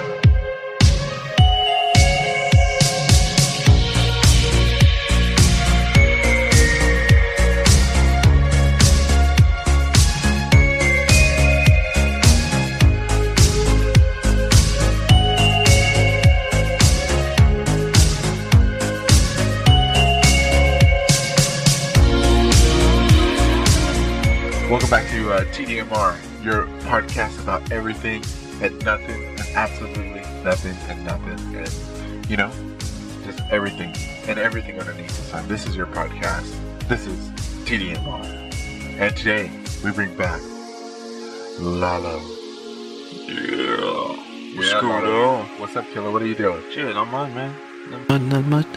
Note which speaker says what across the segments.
Speaker 1: TDFR. Welcome back to uh, TDMR, your podcast about everything and nothing and absolutely nothing and nothing and, you know, just everything and everything underneath the sun. This is your podcast. This is TDMR. And today we bring back Lalo. Yeah. What's going on? What's up, Killer? What are you doing?
Speaker 2: Shit, I'm on, man. Not, not much.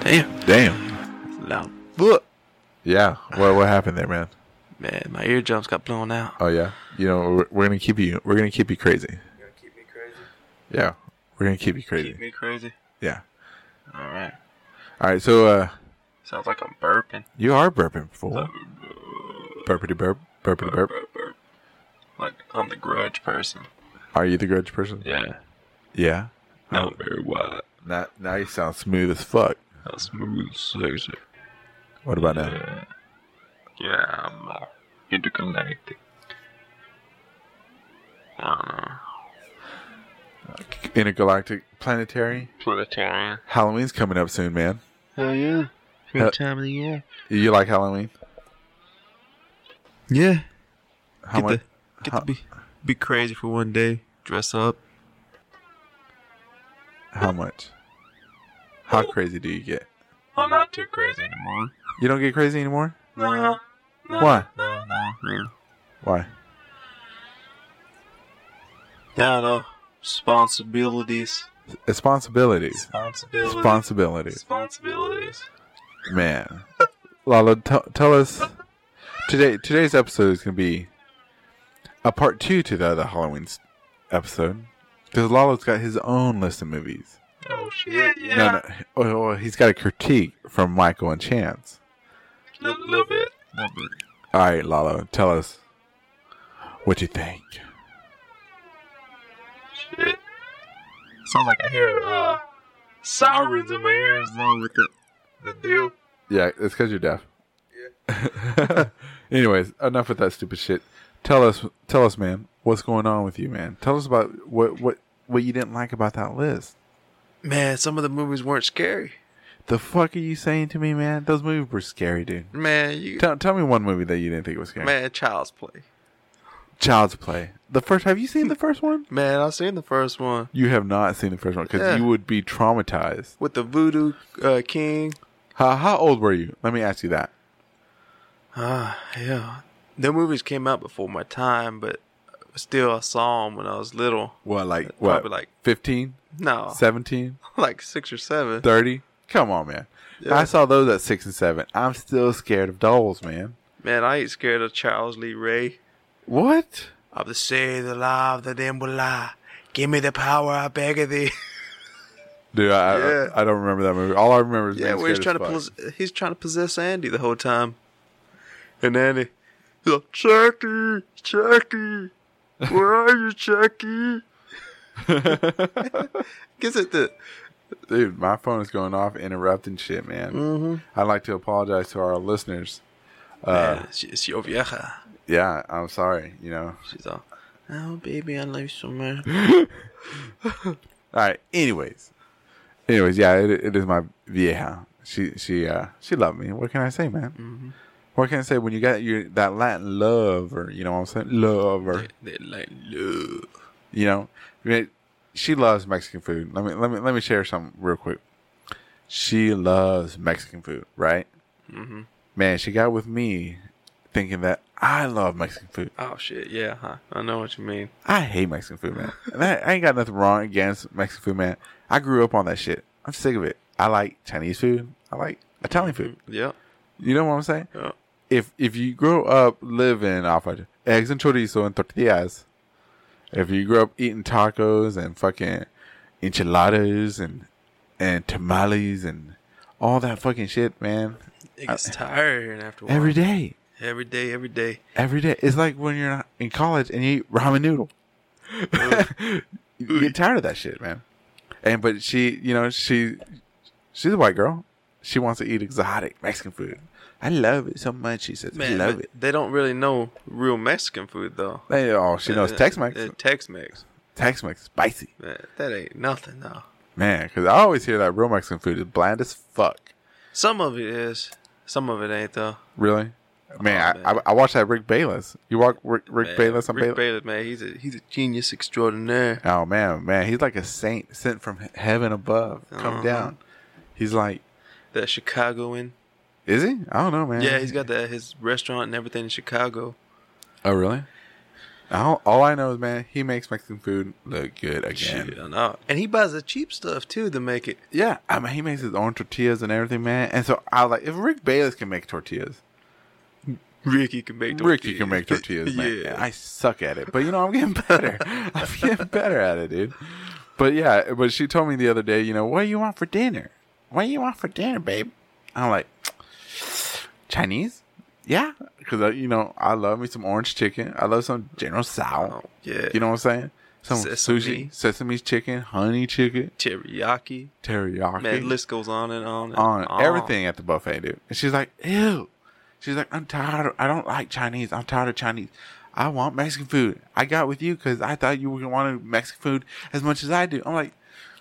Speaker 2: Damn.
Speaker 1: Damn.
Speaker 2: Loud. What?
Speaker 1: Yeah. What, what happened there, man?
Speaker 2: Man, my eardrums got blown out.
Speaker 1: Oh yeah, you know we're, we're gonna keep you. We're gonna keep you crazy.
Speaker 2: You're gonna keep me crazy?
Speaker 1: Yeah, we're gonna keep you
Speaker 2: Keep
Speaker 1: crazy.
Speaker 2: me crazy?
Speaker 1: Yeah.
Speaker 2: Alright.
Speaker 1: All right. So uh,
Speaker 2: Sounds like I'm burping.
Speaker 1: you are burping, fool. Burpity burp, burpity burp.
Speaker 2: Burp, burp. Like, I'm the grudge person.
Speaker 1: Are you the grudge person?
Speaker 2: Yeah. Oh.
Speaker 1: Yeah.
Speaker 2: Not very wide.
Speaker 1: Now, now you sound smooth as fuck.
Speaker 2: Not smooth and sexy.
Speaker 1: What about now?
Speaker 2: Yeah. Yeah, I'm uh, interconnected. I don't know.
Speaker 1: Intergalactic planetary.
Speaker 2: Planetarian.
Speaker 1: Halloween's coming up soon, man.
Speaker 2: Hell yeah.
Speaker 1: Hell-
Speaker 2: Favorite time of the year.
Speaker 1: You like Halloween?
Speaker 2: Yeah.
Speaker 1: How
Speaker 2: get
Speaker 1: much?
Speaker 2: to, get
Speaker 1: how-
Speaker 2: to be, be crazy for one day. Dress up.
Speaker 1: How much? How crazy do you get?
Speaker 2: I'm not too crazy anymore.
Speaker 1: You don't get crazy anymore?
Speaker 2: No, no,
Speaker 1: Why?
Speaker 2: No, no, no.
Speaker 1: Why?
Speaker 2: Yeah, no. Responsibilities.
Speaker 1: Responsibilities.
Speaker 2: Responsibilities.
Speaker 1: Responsibilities.
Speaker 2: Responsibilities.
Speaker 1: man lala t- tell us today today's episode is going to be a part two to the other halloween's episode because lala's got his own list of movies
Speaker 2: Oh shit! Yeah,
Speaker 1: no no oh, oh, he's got a critique from michael and chance
Speaker 2: Li- little bit, little bit.
Speaker 1: all right lala tell us what you think
Speaker 2: Shit. Sounds like I hear uh, sirens in my ears though with the the deal.
Speaker 1: yeah it's because you're deaf anyways enough with that stupid shit tell us tell us man what's going on with you man tell us about what what what you didn't like about that list
Speaker 2: Man, some of the movies weren't scary.
Speaker 1: The fuck are you saying to me, man? Those movies were scary, dude.
Speaker 2: Man, you
Speaker 1: Tell, tell me one movie that you didn't think was scary.
Speaker 2: man, Child's Play.
Speaker 1: Child's Play. The first. Have you seen the first one?
Speaker 2: Man, I seen the first one
Speaker 1: You have not seen the first one because
Speaker 2: Yeah.
Speaker 1: you would be traumatized.
Speaker 2: with the Voodoo uh, King.
Speaker 1: How, how old were you? Let me ask you that.
Speaker 2: Ah, yeah. The movies came out before my time, but still, I saw them when I was little.
Speaker 1: What, like, what?
Speaker 2: Probably like-
Speaker 1: 15,
Speaker 2: No,
Speaker 1: 17,
Speaker 2: like six or seven.
Speaker 1: 30? Come on, man.
Speaker 2: Yeah.
Speaker 1: I saw those at 6 and 7. I'm still scared of dolls, man.
Speaker 2: Man, I ain't scared of Charles Lee Ray.
Speaker 1: What?
Speaker 2: I've to say the lie of the damn will lie. Give me the power, I beg of thee.
Speaker 1: Dude, I, I-
Speaker 2: Yeah.
Speaker 1: I, don't remember that movie. All I remember is
Speaker 2: yeah,
Speaker 1: being
Speaker 2: where he's trying
Speaker 1: scared
Speaker 2: to
Speaker 1: as
Speaker 2: pos- he's trying to possess Andy the whole time. And Andy, he's like, Chucky, Chucky, where are you, Chucky? Gets it the
Speaker 1: fuck. Dude, my phone is going off, interrupting shit, man. Mm-hmm. I'd like to apologize to our listeners.
Speaker 2: man, she, it's your vieja.
Speaker 1: Yeah, I'm sorry. You know.
Speaker 2: She's all, oh baby, I love you so much.
Speaker 1: All right. Anyways, anyways, yeah, it, it is my vieja. She she uh she loved me. What can I say, man? What can I say when you got your that Latin lover? You know what I'm saying? Lover.
Speaker 2: They like love.
Speaker 1: You know, I mean, she loves Mexican food. Let me let me let me share some real quick. She loves Mexican food, right?
Speaker 3: Man, she got with me thinking that I love Mexican food.
Speaker 2: Oh shit, yeah, huh? I know what you mean.
Speaker 3: I hate Mexican food, man. And I, I ain't got nothing wrong against Mexican food, man. I grew up on that shit. I'm sick of it. I like Chinese food. I like Italian food.
Speaker 2: Yep.
Speaker 3: You know what I'm saying?
Speaker 2: Yeah.
Speaker 3: If if you grow up living off of eggs and chorizo and tortillas, if you grow up eating tacos and fucking enchiladas and and tamales and all that fucking shit, man,
Speaker 2: It gets tired after a while.
Speaker 3: every day,
Speaker 2: Every day, every day.
Speaker 3: every day, it's like when you're not in college and you eat ramen noodle. you get tired of that shit, man. And but she, you know, she she's a white girl. She wants to eat exotic Mexican food. I love it so much. She says,
Speaker 2: Man,
Speaker 3: "I love
Speaker 2: but
Speaker 3: it."
Speaker 2: they don't really know real Mexican food though. Uh,
Speaker 3: They, oh, she knows Tex Mex.
Speaker 2: Tex Mex.
Speaker 3: Tex Mex, spicy.
Speaker 2: That ain't nothing though.
Speaker 3: Man, because I always hear that real Mexican food is bland as fuck.
Speaker 2: Some of it is. Some of it ain't though.
Speaker 3: Really? Man,
Speaker 2: Oh, man.
Speaker 3: I, I, I watched that Rick Bayless. You walk Rick, Rick
Speaker 2: Man,
Speaker 3: Bayless on
Speaker 2: Rick
Speaker 3: Bayless?
Speaker 2: Bayless, man, he's a he's a genius extraordinaire.
Speaker 3: Oh, man, man. He's like a saint sent from he- heaven above. Come
Speaker 2: Uh-huh.
Speaker 3: down. He's like,
Speaker 2: That Chicagoan.
Speaker 3: is he? I don't know, man.
Speaker 2: Yeah, he's got that his restaurant and everything in Chicago.
Speaker 3: Oh, really? All, all I know is, man, he makes Mexican food look good again.
Speaker 2: Shit, I know. And he buys the cheap stuff too to make it.
Speaker 3: Yeah, I mean, he makes his own tortillas and everything, man. And so I was like, if Rick Bayless can make tortillas,
Speaker 2: Ricky can make tortillas.
Speaker 3: Ricky can make tortillas, man.
Speaker 2: yeah.
Speaker 3: I suck at it, but you know I'm getting better. I'm getting better at it, dude. But yeah, but she told me the other day, you know, what do you want for dinner? What do you want for dinner, babe? I'm like, Chinese? Yeah, because you know I love me some orange chicken. I love some General Tso.
Speaker 2: Oh, yeah.
Speaker 3: you know what I'm saying? Some
Speaker 2: Sesame.
Speaker 3: sushi, sesame chicken, honey chicken,
Speaker 2: teriyaki.
Speaker 3: teriyaki
Speaker 2: Man, the list goes on and on and
Speaker 3: on everything at the buffet, dude. And she's like, ew. She's like, I'm tired. Of, I don't like Chinese. I'm tired of Chinese. I want Mexican food. I got with you because I thought you would want Mexican food as much as I do. I'm like,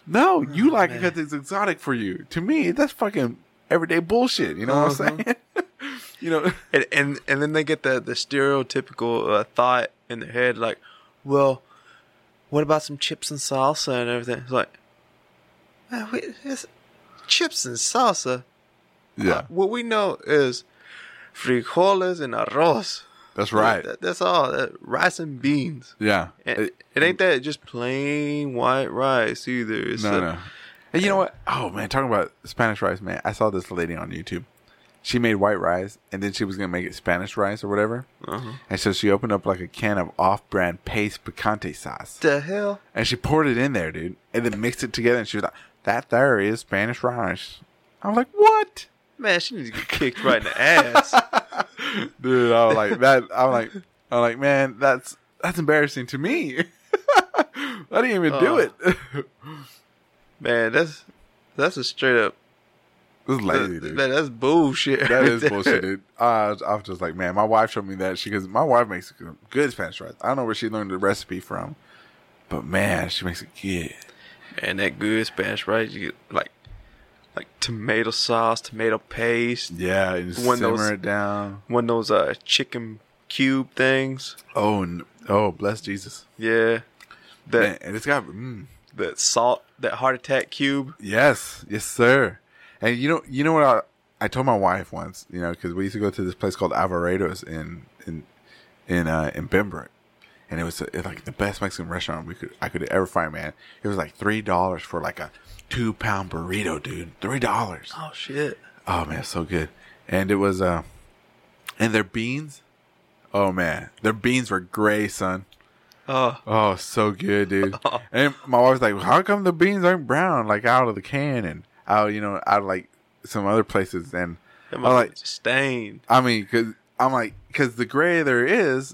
Speaker 3: no, you like it because it's exotic for you. To me, that's fucking everyday bullshit. You know what I'm saying? you know,
Speaker 2: and and and then they get the the stereotypical uh, thought in their head like, well, what about some chips and salsa and everything? It's like, man, we, it's chips and salsa.
Speaker 3: yeah,
Speaker 2: What we know is frijoles and arroz.
Speaker 3: that's right.
Speaker 2: That- that's all. That, rice and beans.
Speaker 3: Yeah,
Speaker 2: And
Speaker 3: It-
Speaker 2: it, ain't that just plain white rice either. It's
Speaker 3: No,
Speaker 2: a-
Speaker 3: no. And you know what? Oh man, talking about Spanish rice, man. I saw this lady on YouTube. She made white rice, and then she was gonna make it Spanish rice or whatever. And so she opened up like a can of off-brand paste picante sauce,
Speaker 2: The hell?
Speaker 3: and she poured it in there, dude, and then mixed it together. And she was like, "That there is Spanish rice." I was like, "What?"
Speaker 2: Man, she needs to get kicked right in the ass.
Speaker 3: dude. I was like that. I'm like, I'm like, man, that's that's embarrassing to me. I didn't even do it. Oh. this
Speaker 2: Man, that's that's a straight up.
Speaker 3: is lazy, dude.
Speaker 2: Man, that's bullshit.
Speaker 3: That is bullshit, dude. I, was- I was just like, man, my wife showed me that. She goes, my wife makes good Spanish rice. I don't know where she learned the recipe from, but man, she makes it good.
Speaker 2: Man, that good Spanish rice, you get like like tomato sauce, tomato paste,
Speaker 3: Yeah, and just
Speaker 2: When
Speaker 3: simmer
Speaker 2: those-
Speaker 3: it down.
Speaker 2: one of those uh chicken cube things.
Speaker 3: Oh, n- oh, bless Jesus.
Speaker 2: Yeah. That
Speaker 3: Man, and it's got, mm,
Speaker 2: that salt, that heart attack cube.
Speaker 3: yes, yes, sir. And you know, you know what I, I told my wife once, you know, because we used to go to this place called Alvarado's in in in uh, in Bembrook, and it was uh, like the best Mexican restaurant we could I could ever find. Man, it was like three dollars for like a two pound burrito, dude. Three dollars.
Speaker 2: Oh shit.
Speaker 3: Oh man, so good. And it was uh, and their beans. Oh man, their beans were gray, son.
Speaker 2: Oh.
Speaker 3: Oh, so good, dude. And my wife was like, "How come the beans aren't brown like out of the can and out, you know, out of like some other places?" And I
Speaker 2: That
Speaker 3: was like,
Speaker 2: like stained.
Speaker 3: I mean, cause I'm like, cause the gray there is,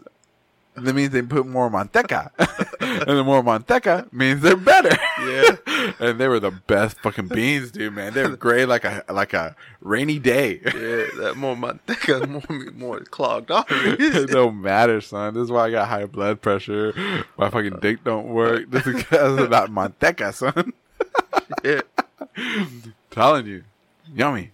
Speaker 3: that means they put more manteca, and the more manteca means they're better.
Speaker 2: Yeah.
Speaker 3: and they were the best fucking beans, dude. Man, they were gray like a like a rainy day.
Speaker 2: Yeah, that more my thicker, more more clogged up.
Speaker 3: it don't matter, son. This is why I got high blood pressure. My fucking dick don't work. This is because of that manteca, son.
Speaker 2: Yeah.
Speaker 3: Telling you, yummy.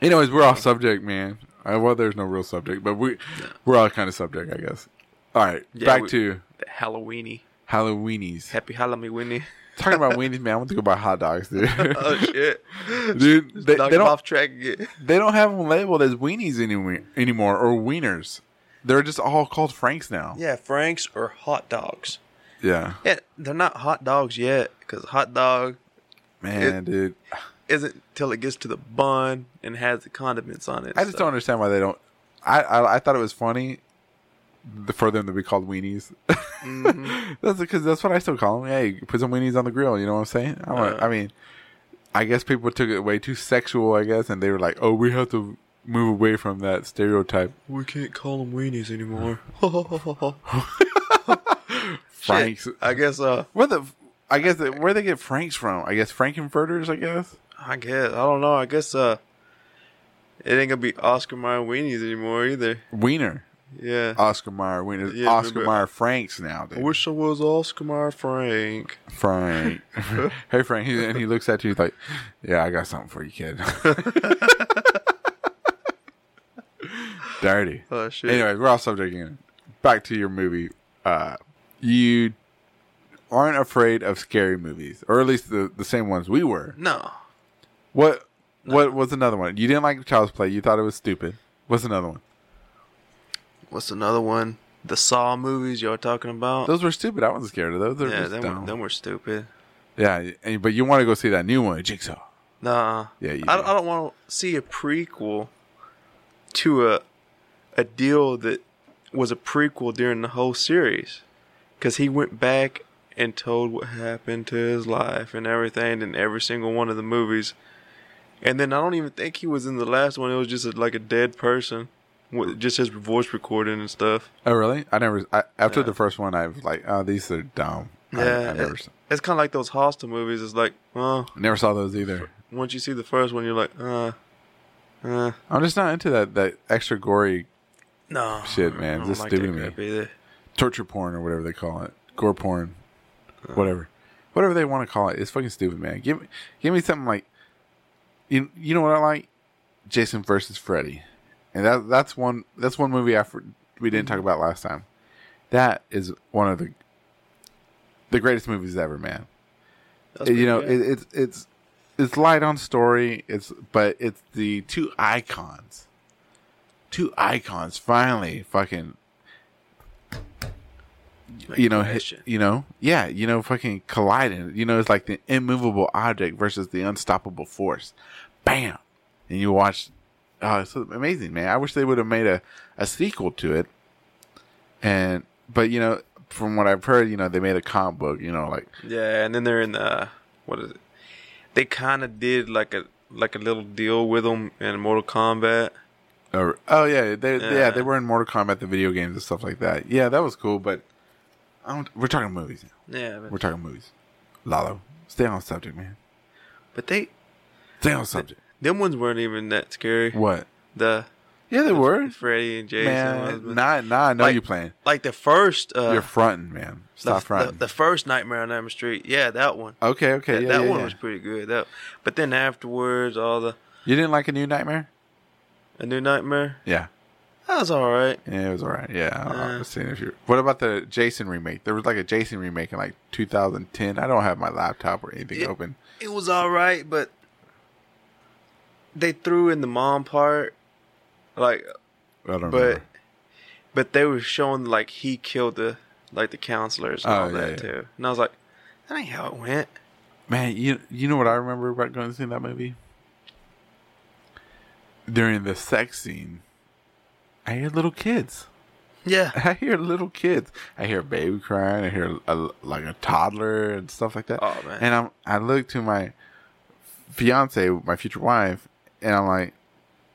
Speaker 3: Anyways, we're off subject, man. Uh, well, there's no real subject, but we we're all kind of subject, I guess. All right,
Speaker 2: Yeah,
Speaker 3: back
Speaker 2: we-
Speaker 3: to
Speaker 2: The Halloweeny.
Speaker 3: Halloweenies.
Speaker 2: Happy Halloweeny.
Speaker 3: Talking about wings, man. I want to go buy hot dogs, dude.
Speaker 2: Oh shit!
Speaker 3: dude, they,
Speaker 2: Knock
Speaker 3: they
Speaker 2: him
Speaker 3: don't
Speaker 2: off track again.
Speaker 3: they don't have them labeled as weenies anywhere, anymore or wieners. They're just all called Franks now.
Speaker 2: Yeah, Franks or hot dogs.
Speaker 3: Yeah.
Speaker 2: Yeah, they're not hot dogs yet because hot dog
Speaker 3: man,
Speaker 2: It-
Speaker 3: dude.
Speaker 2: isn't till it gets to the bun and has the condiments on it.
Speaker 3: I just
Speaker 2: so-
Speaker 3: don't understand why they don't. I, I I thought it was funny th- for them to be called weenies. that's because that's what I still call them. Hey, put some weenies on the grill. You know what I'm saying? I, want- I mean, I guess people took it way too sexual. I guess, and they were like, "Oh, we have to move away from that stereotype."
Speaker 2: We can't call them weenies anymore.
Speaker 3: Franks.
Speaker 2: I guess. Uh,
Speaker 3: Where the? I guess that, where they get Franks from? I guess Frankenfurters. I guess.
Speaker 2: I guess I don't know. I guess. Uh, it ain't gonna be Oscar Mayer weenies anymore either.
Speaker 3: Wiener.
Speaker 2: Yeah.
Speaker 3: Oscar Mayer Wieners.
Speaker 2: Yeah,
Speaker 3: Oscar
Speaker 2: remember-
Speaker 3: Mayer Franks now. Dude.
Speaker 2: I wish I was Oscar Mayer Frank.
Speaker 3: Frank. hey, Frank. He, and he looks at you he's like, yeah, I got something for you, kid. Dirty.
Speaker 2: Oh, shit.
Speaker 3: Anyway, we're off subject again. Back to your movie. Uh, you aren't afraid of scary movies, or at least the, the same ones we were.
Speaker 2: No.
Speaker 3: What What was another one? You didn't like Child's Play. You thought it was stupid. What's another one?
Speaker 2: What's another one? The Saw movies y'all talking about?
Speaker 3: Those were stupid. I wasn't scared of those. They're
Speaker 2: yeah,
Speaker 3: just
Speaker 2: them,
Speaker 3: dumb.
Speaker 2: were, them were stupid.
Speaker 3: yeah, and, but you want to go see that new one, Jigsaw.
Speaker 2: Nah.
Speaker 3: Yeah, you
Speaker 2: I,
Speaker 3: do.
Speaker 2: I don't want to see a prequel to a a deal that was a prequel during the whole series, because he went back and told what happened to his life and everything in every single one of the movies, and then I don't even think he was in the last one. It was just a, like a dead person, with just his voice recording and stuff.
Speaker 3: Oh really? I never. I, after the first one, I was like, "Oh, these are dumb." I- I,
Speaker 2: Yeah,
Speaker 3: never,
Speaker 2: it- it's kind of like those hostile movies. It's like, oh,
Speaker 3: never saw those either.
Speaker 2: once you see the first one, you're like, uh,
Speaker 3: I'm just not into that that extra gory
Speaker 2: no,
Speaker 3: Shit, man,
Speaker 2: I don't
Speaker 3: this
Speaker 2: like
Speaker 3: stupid
Speaker 2: that
Speaker 3: me.
Speaker 2: crap either.
Speaker 3: torture porn or whatever they call it, gore porn,
Speaker 2: Uh-huh.
Speaker 3: whatever, whatever they want to call it. It's fucking stupid, man. Give me, give me something like, you, you know what I like, Jason versus Freddy, and that that's one that's one movie I for, we didn't talk about last time. That is one of the the greatest movies ever, man. you know, it, it's it's it's light on story. It's but it's the two icons, two icons finally fucking. You know, hit,
Speaker 2: connection.
Speaker 3: you know, yeah, you know, fucking colliding. You know, it's like the immovable object versus the unstoppable force. Bam, and you watch. Oh, it's amazing, man! I wish they would have made a a sequel to it and but you know from what i've heard you know they made a comic book you know like
Speaker 2: Yeah, and then they're in the what is it? They kind of did like a like a little deal with them in Mortal Kombat.
Speaker 3: uh, oh yeah they yeah.
Speaker 2: Yeah.
Speaker 3: they were in mortal kombat the video games and stuff like that yeah that was cool but I don't, we're talking movies now.
Speaker 2: Yeah,
Speaker 3: we're
Speaker 2: but,
Speaker 3: talking movies lalo stay on subject man
Speaker 2: but they
Speaker 3: stay on subject
Speaker 2: them ones weren't even that scary.
Speaker 3: what
Speaker 2: The
Speaker 3: yeah they were
Speaker 2: Freddy and Jason ones,
Speaker 3: man
Speaker 2: but-
Speaker 3: nah nah i know
Speaker 2: like,
Speaker 3: you playing
Speaker 2: like the first uh,
Speaker 3: you're fronting man
Speaker 2: the,
Speaker 3: stop
Speaker 2: the,
Speaker 3: fronting
Speaker 2: the first Nightmare on Elm Street. Yeah, that one.
Speaker 3: okay okay
Speaker 2: that
Speaker 3: yeah,
Speaker 2: that
Speaker 3: yeah,
Speaker 2: one
Speaker 3: yeah.
Speaker 2: was pretty good. That but then afterwards, all the
Speaker 3: you didn't like a new nightmare
Speaker 2: a new nightmare.
Speaker 3: yeah
Speaker 2: That was all right.
Speaker 3: Yeah, it was alright. Yeah, I was seeing if you. What about the Jason remake? There was like a Jason remake in like 2010. I don't have my laptop or anything
Speaker 2: Yeah.
Speaker 3: open.
Speaker 2: it was all right, but they threw in the mom part, like,
Speaker 3: I don't
Speaker 2: but
Speaker 3: remember.
Speaker 2: but they were showing like he killed the like the counselors and
Speaker 3: Oh,
Speaker 2: all
Speaker 3: yeah,
Speaker 2: that
Speaker 3: yeah.
Speaker 2: too, and I was like, that ain't how it went.
Speaker 3: Man, you you know what I remember about going to see that movie? During the sex scene, I hear little kids.
Speaker 2: Yeah,
Speaker 3: I hear little kids. I hear a baby crying. I hear a, like a toddler and stuff like that.
Speaker 2: Oh, man.
Speaker 3: And I'm I look to my fiance, my future wife, and I'm like,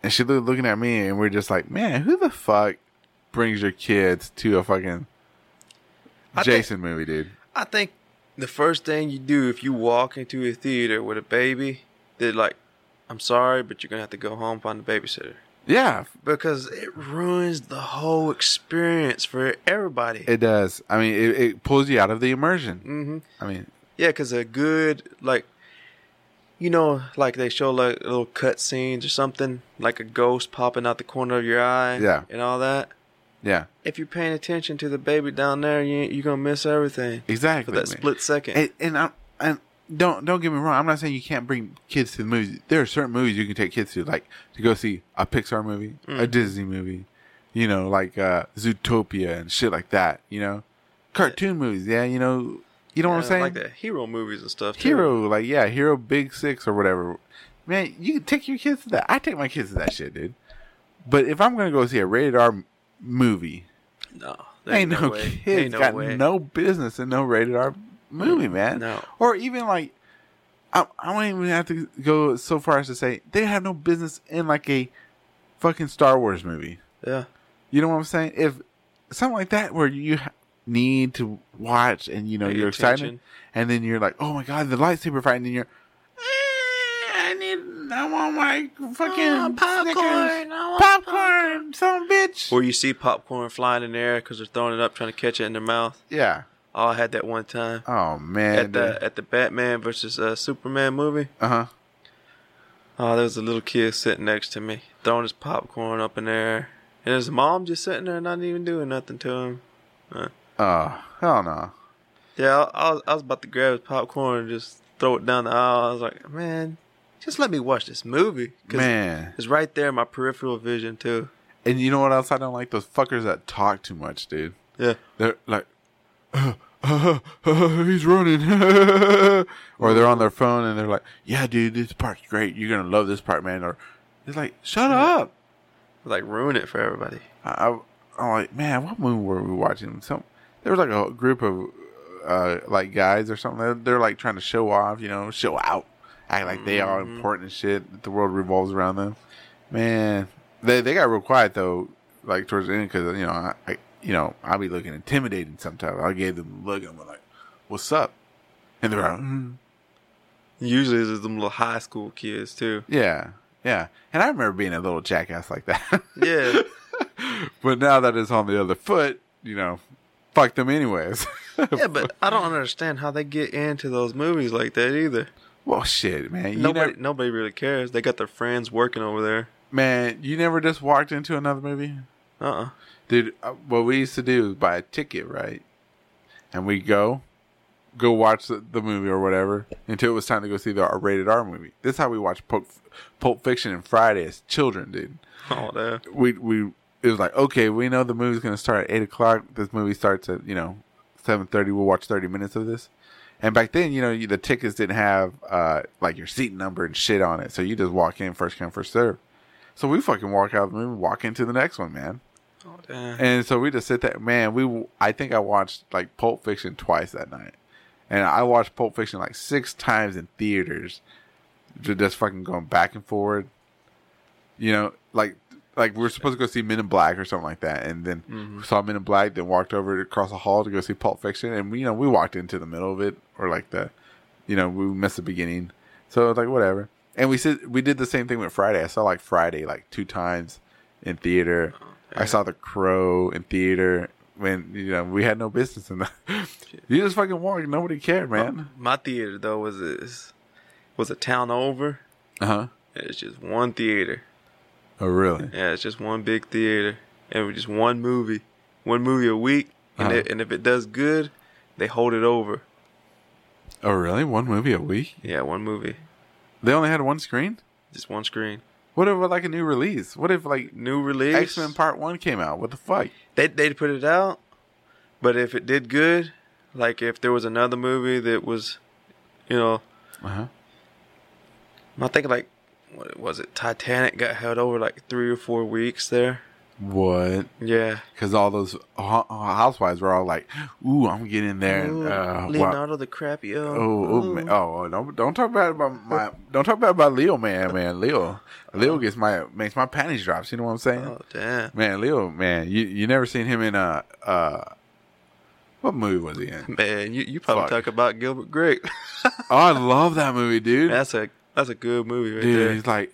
Speaker 3: and she look, looking at me, and we're just like, man, who the fuck brings your kids to a fucking Jason movie, dude?
Speaker 2: I think the first thing you do if you walk into a theater with a baby, they're like, I'm sorry, but you're gonna have to go home find a babysitter
Speaker 3: Yeah,
Speaker 2: because it ruins the whole experience for everybody.
Speaker 3: it does. I mean, it, it pulls you out of the immersion. Mm-hmm. I mean,
Speaker 2: Yeah, because a good like, you know, like they show like little cut scenes or something, like a ghost popping out the corner of your eye,
Speaker 3: Yeah.
Speaker 2: and all that.
Speaker 3: yeah,
Speaker 2: If you're paying attention to the baby down there, you you're gonna miss everything
Speaker 3: exactly.
Speaker 2: for that
Speaker 3: man.
Speaker 2: split second.
Speaker 3: And, and I'm, and don't don't get me wrong. I'm not saying you can't bring kids to the movies. There are certain movies you can take kids to, like to go see a Pixar movie,
Speaker 2: Mm-hmm.
Speaker 3: a Disney movie, you know, like uh, Zootopia and shit like that. You know, cartoon movies. Yeah, you know, you know what I'm saying.
Speaker 2: Like the hero movies and stuff. too.
Speaker 3: Hero, like yeah, Hero Big Six or whatever. Man, you can take your kids to that. I take my kids to that shit, dude. But if I'm gonna go see a rated R m- movie,
Speaker 2: No, there
Speaker 3: ain't, no,
Speaker 2: way.
Speaker 3: kids
Speaker 2: Ain't no
Speaker 3: got
Speaker 2: way. Mm,
Speaker 3: no business in no rated R movie, man.
Speaker 2: No.
Speaker 3: or even like, I I don't even have to go so far as to say they have no business in like a fucking Star Wars movie.
Speaker 2: Yeah.
Speaker 3: You know what I'm saying? If something like that where you ha- need to watch and you know
Speaker 2: Pay
Speaker 3: you're
Speaker 2: attention.
Speaker 3: excited, and then you're like, oh my god, the lightsaber fight, and then you're, "Eh, I need, I want my
Speaker 2: Oh,
Speaker 3: fucking popcorn, popcorn, some bitch.
Speaker 2: Or you see popcorn flying in the air because they're throwing it up, trying to catch it in their mouth.
Speaker 3: yeah.
Speaker 2: Oh, I had that one time
Speaker 3: Oh man.
Speaker 2: at the at the Batman versus uh, Superman movie.
Speaker 3: uh huh.
Speaker 2: Oh, there was a little kid sitting next to me throwing his popcorn up in the air, and his mom just sitting there, not even doing nothing to him.
Speaker 3: Oh hell no.
Speaker 2: Yeah, I, I was I was about to grab his popcorn and just throw it down the aisle. I was like, man, just let me watch this movie. 'Cause
Speaker 3: Man.
Speaker 2: it's right there in my peripheral vision too.
Speaker 3: And you know what else I don't like? Those fuckers that talk too much, dude.
Speaker 2: Yeah.
Speaker 3: They're like, he's running. or they're on their phone and they're like, yeah, dude, this part's great. You're going to love this part, man. Or it's like, shut up.
Speaker 2: like ruin it for everybody.
Speaker 3: I, I, I'm like, man, what movie were we watching? Some There was like a group of uh, like guys or something. They're, they're like trying to show off, you know, show out. Act like they are important and shit. that The world revolves around them. Man, they they got real quiet though, like towards the end because you know I, I you know I'll be looking intimidating sometimes. I gave them a look and I'm like, "What's up?" And they're like, mm.
Speaker 2: Usually it's them little high school kids too.
Speaker 3: "Yeah, yeah." And I remember being a little jackass like that.
Speaker 2: Yeah.
Speaker 3: but now that it's on the other foot, you know, fuck them anyways.
Speaker 2: yeah, but I don't understand how they get into those movies like that either.
Speaker 3: well, shit, man. You
Speaker 2: Nobody
Speaker 3: never,
Speaker 2: nobody really cares. They got their friends working over there.
Speaker 3: man, you never just walked into another movie,
Speaker 2: Uh uh
Speaker 3: dude. uh, What we used to do is buy a ticket, right? And we go, go watch the, the movie or whatever until it was time to go see the R- rated R movie. This is how we watched Pulp, Pulp Fiction and Friday as children, dude.
Speaker 2: Oh damn.
Speaker 3: we we it was like okay we know the movie's gonna start at eight o'clock this movie starts at you know seven thirty we'll watch thirty minutes of this and back then you know you, the tickets didn't have uh like your seat number and shit on it so you just walk in first come first serve so we fucking walk out of the movie walk into the next one man
Speaker 2: Oh damn.
Speaker 3: and so we just sit there man we I think I watched like Pulp Fiction twice that night and I watched Pulp Fiction like six times in theaters ju- just fucking going back and forward. You know, like like we were supposed to go see Men in Black or something like that, and then we saw Men in Black, then walked over across the hall to go see Pulp Fiction, and we you know we walked into the middle of it or like the, you know we missed the beginning, so it's like whatever. And we said we did the same thing with Friday. I saw like Friday like two times in theater. I saw The Crow in theater when you know we had no business in that. you just fucking walked. Nobody cared, man.
Speaker 2: My theater though was is was a town over.
Speaker 3: Uh huh.
Speaker 2: It's just one theater.
Speaker 3: Oh really?
Speaker 2: Yeah, it's just one big theater, and we just one movie, one movie a week, and
Speaker 3: Uh-huh.
Speaker 2: it, and if it does good, they hold it over.
Speaker 3: Oh really? One movie a week?
Speaker 2: Yeah, one movie,
Speaker 3: They only had one screen.
Speaker 2: just one screen.
Speaker 3: What if like a new release? What if like
Speaker 2: New release.
Speaker 3: X Men Part One came out? What the fuck?
Speaker 2: They they'd put it out, but if it did good, like if there was another movie that was, you know,
Speaker 3: Uh huh.
Speaker 2: I think like what was it? Titanic got held over like three or four weeks there.
Speaker 3: What?
Speaker 2: Yeah,
Speaker 3: Because all those ho- housewives were all like, "Ooh, I'm getting there."
Speaker 2: Ooh,
Speaker 3: and, uh, wow.
Speaker 2: Leonardo DiCaprio.
Speaker 3: Oh, oh, man. oh, oh, don't don't talk bad about my don't talk bad about Leo, man, man. Leo, Leo gets my makes my panties drops. You know what I'm saying?
Speaker 2: oh damn.
Speaker 3: Man, Leo, man, you you never seen him in uh uh what movie was he in?
Speaker 2: Man, you, you probably
Speaker 3: Fuck.
Speaker 2: talk about Gilbert Grape.
Speaker 3: Oh, I love that movie, dude.
Speaker 2: That's a that's a good movie right
Speaker 3: Dude,
Speaker 2: there.
Speaker 3: he's like,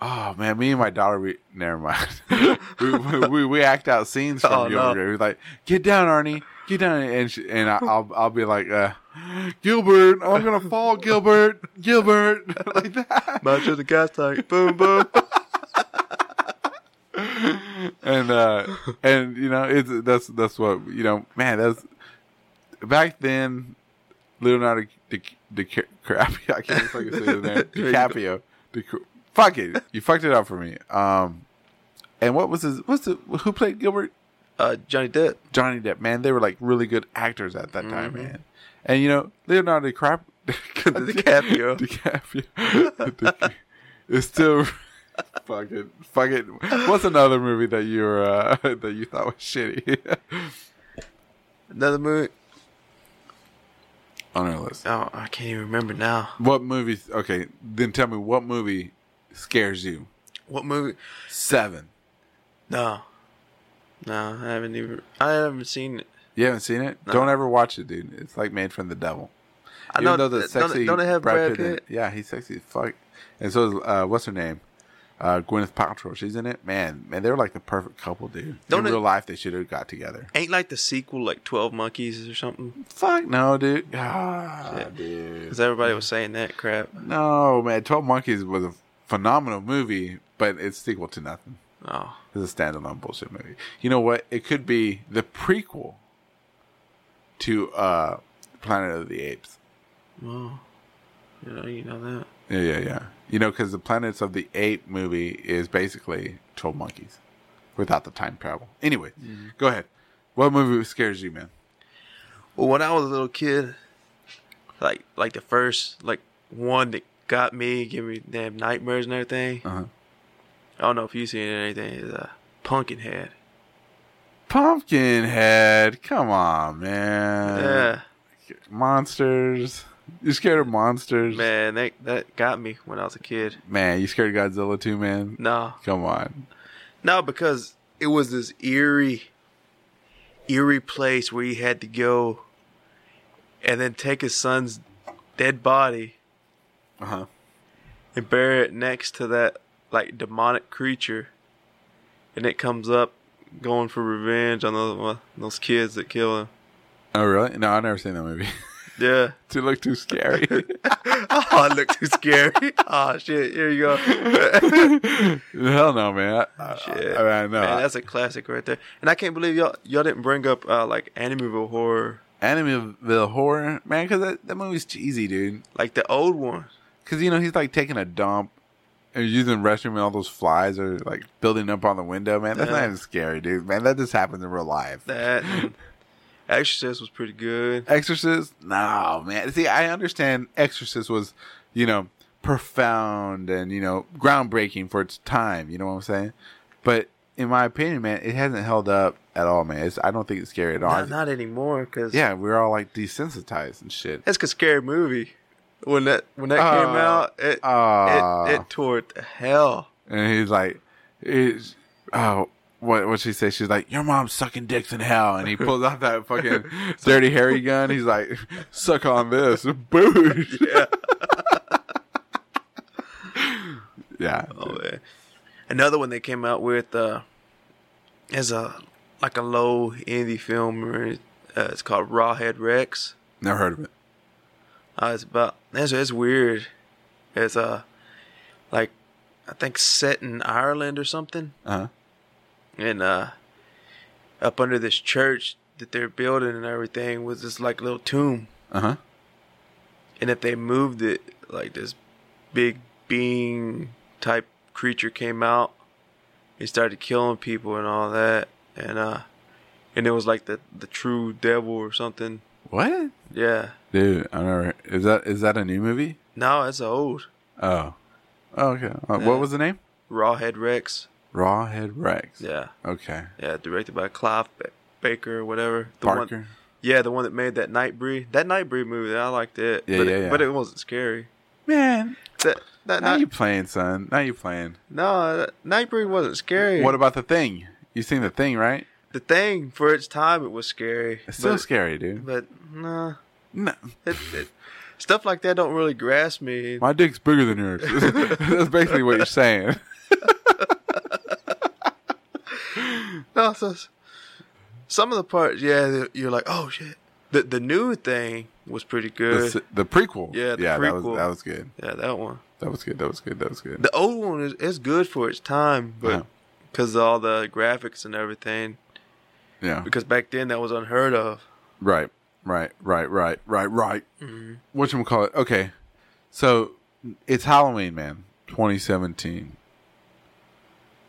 Speaker 3: oh man, me and my daughter, we never mind. we, we, we we act out scenes from
Speaker 2: Oh, no.
Speaker 3: oh, Gilbert. Grape. He's like, get down, Arnie, get down, and she, and I, I'll I'll be like, uh, Gilbert, I'm gonna fall, Gilbert, Gilbert, like that.
Speaker 2: Mount to the gas tank. Boom, boom.
Speaker 3: And uh, and you know, it's that's that's what you know, man. That's back then. Leonardo Di- Di- DiCaprio. I can't fucking say his name. DiCaprio. Di- fuck it. You fucked it up for me. Um, and what was his? What's the? Who played Gilbert?
Speaker 2: Uh, Johnny Depp.
Speaker 3: Johnny Depp. Man, they were like really good actors at that time, man. And you know, Leonardo DiCaprio.
Speaker 2: DiCaprio.
Speaker 3: DiCaprio. is still. Fuck it. Fuck it. What's another movie that you were, uh, that you thought was shitty
Speaker 2: Another movie.
Speaker 3: on our list?
Speaker 2: Oh, I can't even remember now.
Speaker 3: What movie? Okay, then tell me what movie scares you.
Speaker 2: What movie?
Speaker 3: Seven.
Speaker 2: No, no, I haven't even. I haven't seen it.
Speaker 3: You haven't seen it? Don't ever watch it, dude. It's like made from the devil.
Speaker 2: I
Speaker 3: Even
Speaker 2: know.
Speaker 3: though the
Speaker 2: th- don't,
Speaker 3: sexy
Speaker 2: don't they have Brad,
Speaker 3: in
Speaker 2: Pitt?
Speaker 3: it- yeah, he's sexy as fuck. And so is uh, what's her name? Uh, Gwyneth Paltrow. She's in it. Man, man, they were like the perfect couple, dude.
Speaker 2: Don't
Speaker 3: in
Speaker 2: it-
Speaker 3: real life, they should have got together.
Speaker 2: Ain't like the sequel like Twelve Monkeys or something?
Speaker 3: Fuck no, dude. Ah, dude.
Speaker 2: Because everybody was saying that crap.
Speaker 3: No, man. Twelve Monkeys was a phenomenal movie, but it's sequel to nothing.
Speaker 2: Oh,
Speaker 3: It's a standalone bullshit movie. You know what? It could be the prequel to uh Planet of the Apes.
Speaker 2: you know, you know that.
Speaker 3: Yeah, yeah, yeah. You know, because the Planets of the Ape movie is basically Twelve Monkeys without the time travel. Anyway, go ahead. What movie scares you, man?
Speaker 2: Well, when I was a little kid, like like the first like one that got me, gave me damn nightmares and everything.
Speaker 3: Uh-huh.
Speaker 2: I don't know if you seen it or anything. Is uh, Pumpkinhead.
Speaker 3: Pumpkinhead. Come on, man.
Speaker 2: Yeah,
Speaker 3: Monsters. You scared of monsters, man?
Speaker 2: man, that that got me when I was a kid.
Speaker 3: you scared of Godzilla too, man?
Speaker 2: No,
Speaker 3: Come on.
Speaker 2: no, because it was this eerie, eerie place where he had to go, and then take his son's dead body
Speaker 3: Uh huh.
Speaker 2: and bury it next to that like demonic creature, and it comes up going for revenge on those well, those kids that kill him.
Speaker 3: Oh, really? No, I've never seen that movie.
Speaker 2: Yeah.
Speaker 3: to look too scary.
Speaker 2: oh, I look too scary. oh shit! Here you go.
Speaker 3: Hell no, man. I, Uh, I-
Speaker 2: Oh, Shit.
Speaker 3: I, I know.
Speaker 2: Man, that's a classic right there. And I can't believe y'all y'all didn't bring up uh, like Animeville horror,
Speaker 3: Animeville horror, man, because that, that movie's cheesy, dude.
Speaker 2: like the old one.
Speaker 3: Because you know he's like taking a dump and he's using the restroom, and all those flies are like building up on the window, man. That's not even scary, dude. Man, that just happens in real life.
Speaker 2: That and Exorcist was pretty good.
Speaker 3: Exorcist? No, man. See, I understand Exorcist was, you know, profound and, you know, groundbreaking for its time. You know what I'm saying? But in my opinion, man, it hasn't held up at all, man. It's, I don't think it's scary at all.
Speaker 2: Not, not anymore, cause
Speaker 3: yeah, we're all like desensitized and shit.
Speaker 2: that's a scary movie. When that when that came
Speaker 3: Oh.
Speaker 2: out, it,
Speaker 3: Oh.
Speaker 2: it it tore it to hell.
Speaker 3: And he's like, it's, oh, what what she say? She's like, your mom's sucking dicks in hell. And he pulls out that fucking dirty hairy gun. He's like, suck on this, boo. Yeah. yeah.
Speaker 2: Oh, man. Another one they came out with uh, is a like a low indie film. Or, uh, it's called Rawhead Rex.
Speaker 3: Never heard of it.
Speaker 2: Uh, it's about it's, it's weird. It's uh like I think set in Ireland or something,
Speaker 3: Uh-huh.
Speaker 2: and uh up under this church that they're building and everything was this like little tomb,
Speaker 3: Uh-huh.
Speaker 2: and if they moved it, like this big being type creature came out, it started killing people and all that, and uh and it was like the the true devil or something.
Speaker 3: What?
Speaker 2: Yeah,
Speaker 3: Dude, I never. Is that is that a new movie?
Speaker 2: no, it's old
Speaker 3: Oh. Oh, okay. Uh,
Speaker 2: Yeah.
Speaker 3: What was the name?
Speaker 2: Rawhead Rex.
Speaker 3: Rawhead Rex.
Speaker 2: Yeah.
Speaker 3: Okay.
Speaker 2: Yeah, directed by Clive Ba- Baker or whatever. The
Speaker 3: Barker.
Speaker 2: One, yeah, the one that made that Nightbreed. That Nightbreed movie, I liked it.
Speaker 3: Yeah,
Speaker 2: but
Speaker 3: yeah,
Speaker 2: it,
Speaker 3: yeah.
Speaker 2: But it wasn't scary.
Speaker 3: Man,
Speaker 2: That, that
Speaker 3: now
Speaker 2: night,
Speaker 3: you playing, son. Now you playing.
Speaker 2: no, that Nightbreed wasn't scary.
Speaker 3: What about the thing? You seen the thing, right?
Speaker 2: the thing for its time? It was scary.
Speaker 3: It's still
Speaker 2: but,
Speaker 3: scary, dude.
Speaker 2: But nah,
Speaker 3: No.
Speaker 2: it, it, stuff like that don't really grasp me.
Speaker 3: My dick's bigger than yours. That's basically what you're saying.
Speaker 2: No, so, some of the parts, yeah, you're like, oh shit. The the new thing was pretty
Speaker 3: The,
Speaker 2: good.
Speaker 3: s- the prequel.
Speaker 2: Yeah, the
Speaker 3: yeah, that was
Speaker 2: prequel.
Speaker 3: that was good.
Speaker 2: yeah, that one.
Speaker 3: That was good. That was good. That was good.
Speaker 2: The old one is it's good for its time,
Speaker 3: Yeah.
Speaker 2: but because all the graphics and everything,
Speaker 3: yeah.
Speaker 2: because back then that was unheard of.
Speaker 3: Right. right, right, right, right, right.
Speaker 2: Mm-hmm.
Speaker 3: What you call it? Okay, so it's Halloween, man. 2017.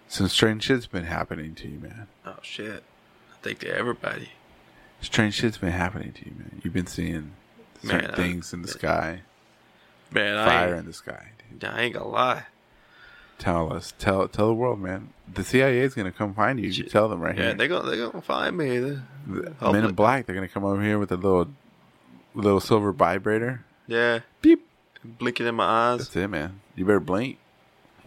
Speaker 3: Some strange shit's been happening to you, man.
Speaker 2: Oh shit! I think to everybody.
Speaker 3: Strange shit's been happening to you, man. You've been seeing certain
Speaker 2: Man, I-
Speaker 3: things in the sky,
Speaker 2: Man, I
Speaker 3: fire
Speaker 2: ain't,
Speaker 3: in the sky. Dude.
Speaker 2: I ain't gonna lie.
Speaker 3: Tell us, tell tell the world, man. The CIA is gonna come find you. if You
Speaker 2: Shit.
Speaker 3: tell them right
Speaker 2: Yeah,
Speaker 3: here.
Speaker 2: they're gonna they're gonna find me. They're-
Speaker 3: The Men in Black, they're gonna come over here with a little, little silver vibrator.
Speaker 2: Yeah,
Speaker 3: Beep.
Speaker 2: blinking in my eyes.
Speaker 3: That's it, man. You better blink.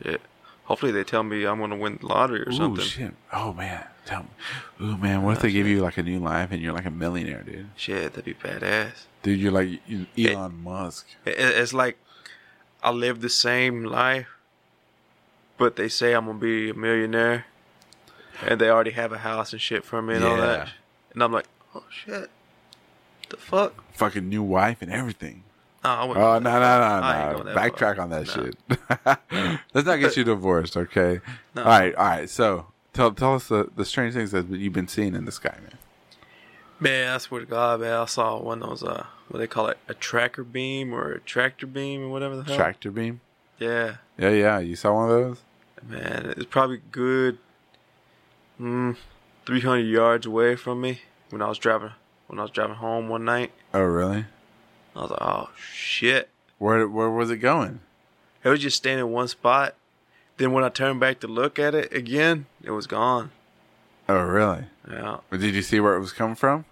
Speaker 2: Yeah. Hopefully they tell me I'm gonna win the lottery or
Speaker 3: Ooh,
Speaker 2: something.
Speaker 3: shit. Oh man. Tell me. Ooh man, what if they give you like a new life and you're like a millionaire, dude?
Speaker 2: Shit, that'd be badass.
Speaker 3: Dude, you're like you- Elon Musk.
Speaker 2: It, it- it's like I live the same life, but they say I'm gonna be a millionaire, and they already have a house and shit for me and all that.
Speaker 3: Yeah.
Speaker 2: And I'm like, oh shit, the fuck?
Speaker 3: Fucking new wife and everything.
Speaker 2: No, I wouldn't
Speaker 3: Oh
Speaker 2: go that
Speaker 3: no
Speaker 2: far. I ain't
Speaker 3: no no
Speaker 2: going
Speaker 3: no.
Speaker 2: that far.
Speaker 3: Backtrack on that
Speaker 2: No.
Speaker 3: shit. Let's not get you divorced, okay? All right, all right. So tell tell us the, the strange things that you've been seeing in the sky, man.
Speaker 2: Man, I swear to God, man, I saw one of those uh, what they call it, a tracker beam or a tractor beam or whatever the hell.
Speaker 3: Tractor beam.
Speaker 2: Yeah,
Speaker 3: Yeah, yeah. You saw one of those?
Speaker 2: man, it's probably good, mm, 300 yards away from me when I was driving when I was driving home one night.
Speaker 3: Oh really?
Speaker 2: I was like, oh shit.
Speaker 3: Where where was it going?
Speaker 2: It was just staying in one spot. Then when I turned back to look at it again, it was gone.
Speaker 3: Oh really?
Speaker 2: Yeah.
Speaker 3: But Did you see where it was coming from?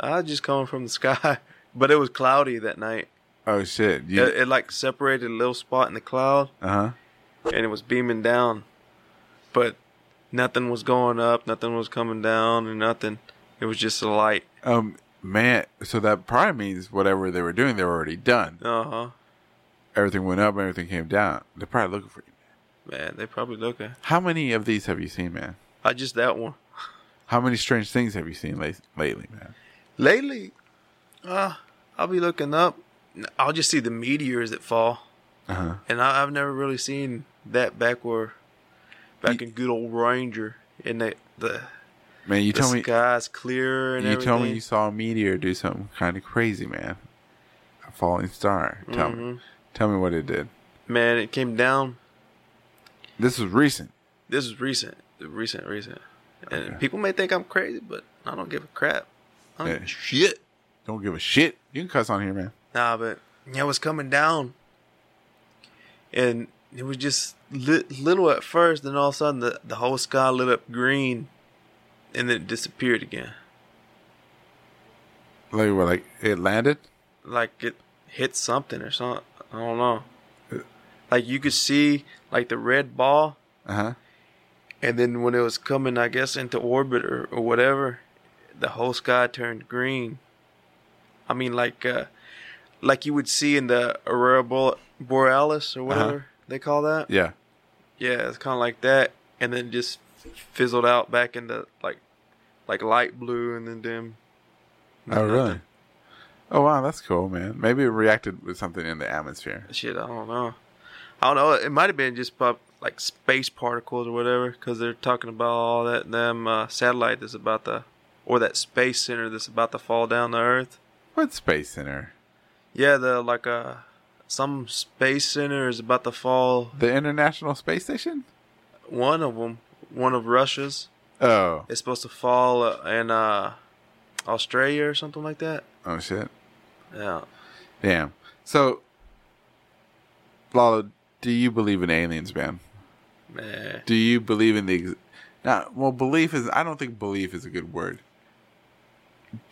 Speaker 2: I was just coming from the sky, but it was cloudy that night.
Speaker 3: Oh shit. You,
Speaker 2: It, it like separated a little spot in the cloud
Speaker 3: uh-huh.
Speaker 2: and it was beaming down. But nothing was going up, nothing was coming down, or nothing. It was just a light.
Speaker 3: Um, man, so that probably means whatever they were doing, they were already done.
Speaker 2: Uh huh.
Speaker 3: Everything went up, everything came down. They're probably looking for you.
Speaker 2: Man, they probably looking.
Speaker 3: How many of these have you seen, man?
Speaker 2: I just that one.
Speaker 3: How many strange things have you seen late, lately, man?
Speaker 2: Lately, uh, I'll be looking up. I'll just see the meteors that fall,
Speaker 3: Uh-huh.
Speaker 2: and I, I've never really seen that back where, back in good old Ranger, and the the,
Speaker 3: Man, you
Speaker 2: the
Speaker 3: told me
Speaker 2: sky's clear and
Speaker 3: you
Speaker 2: everything.
Speaker 3: told me you saw a meteor do something kind of crazy, man. A falling star. Tell me, tell me what it did.
Speaker 2: man, it came down.
Speaker 3: This was recent.
Speaker 2: This is recent, recent, recent, and people may think I'm crazy, but I don't give a crap. I don't
Speaker 3: Yeah.
Speaker 2: shit.
Speaker 3: Don't give a shit. You can cuss on here, man.
Speaker 2: Nah, but yeah, it was coming down, and it was just lit, little at first. Then all of a sudden, the, the whole sky lit up green, and then it disappeared again.
Speaker 3: Like what? Like it landed?
Speaker 2: Like it hit something or something. I don't know. Like you could see like the red ball,
Speaker 3: Uh huh.
Speaker 2: and then when it was coming, I guess into orbit or, or whatever, the whole sky turned green. I mean, like uh, like you would see in the aurora Bo- borealis or whatever
Speaker 3: Uh-huh.
Speaker 2: they call that.
Speaker 3: Yeah.
Speaker 2: Yeah, it's kind of like that, and then just fizzled out back into like like light blue, and then dim.
Speaker 3: Oh
Speaker 2: Nothing.
Speaker 3: really? Oh wow, that's cool, man. Maybe it reacted with something in the atmosphere.
Speaker 2: Shit, I don't know. I don't know. It might have been just pop, like space particles or whatever, because they're talking about all that them uh, satellite that's about to, or that space center that's about to fall down to Earth.
Speaker 3: What space center?
Speaker 2: Yeah, the like uh, some space center is about to fall.
Speaker 3: The International Space Station?
Speaker 2: One of them, one of Russia's,
Speaker 3: Oh,
Speaker 2: is supposed to fall uh, in uh, Australia or something like that.
Speaker 3: oh shit!
Speaker 2: Yeah.
Speaker 3: Damn. So, Lalo, do you believe in aliens, man?
Speaker 2: Man,
Speaker 3: Do you believe in the? Ex- now, well, belief is. I don't think belief is a good word.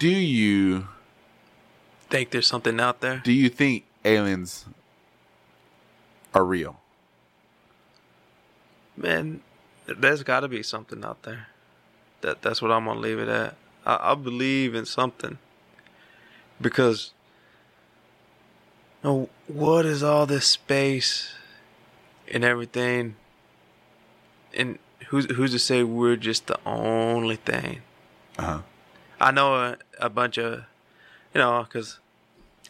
Speaker 3: Do you?
Speaker 2: think there's something out there?
Speaker 3: Do you think aliens are real?
Speaker 2: Man, th- there's got to be something out there. That that's what I'm gonna leave it at. I, I believe in something because. No, what is all this space and everything? And who's who's to say we're just the only thing? I know a, a bunch of, you know, because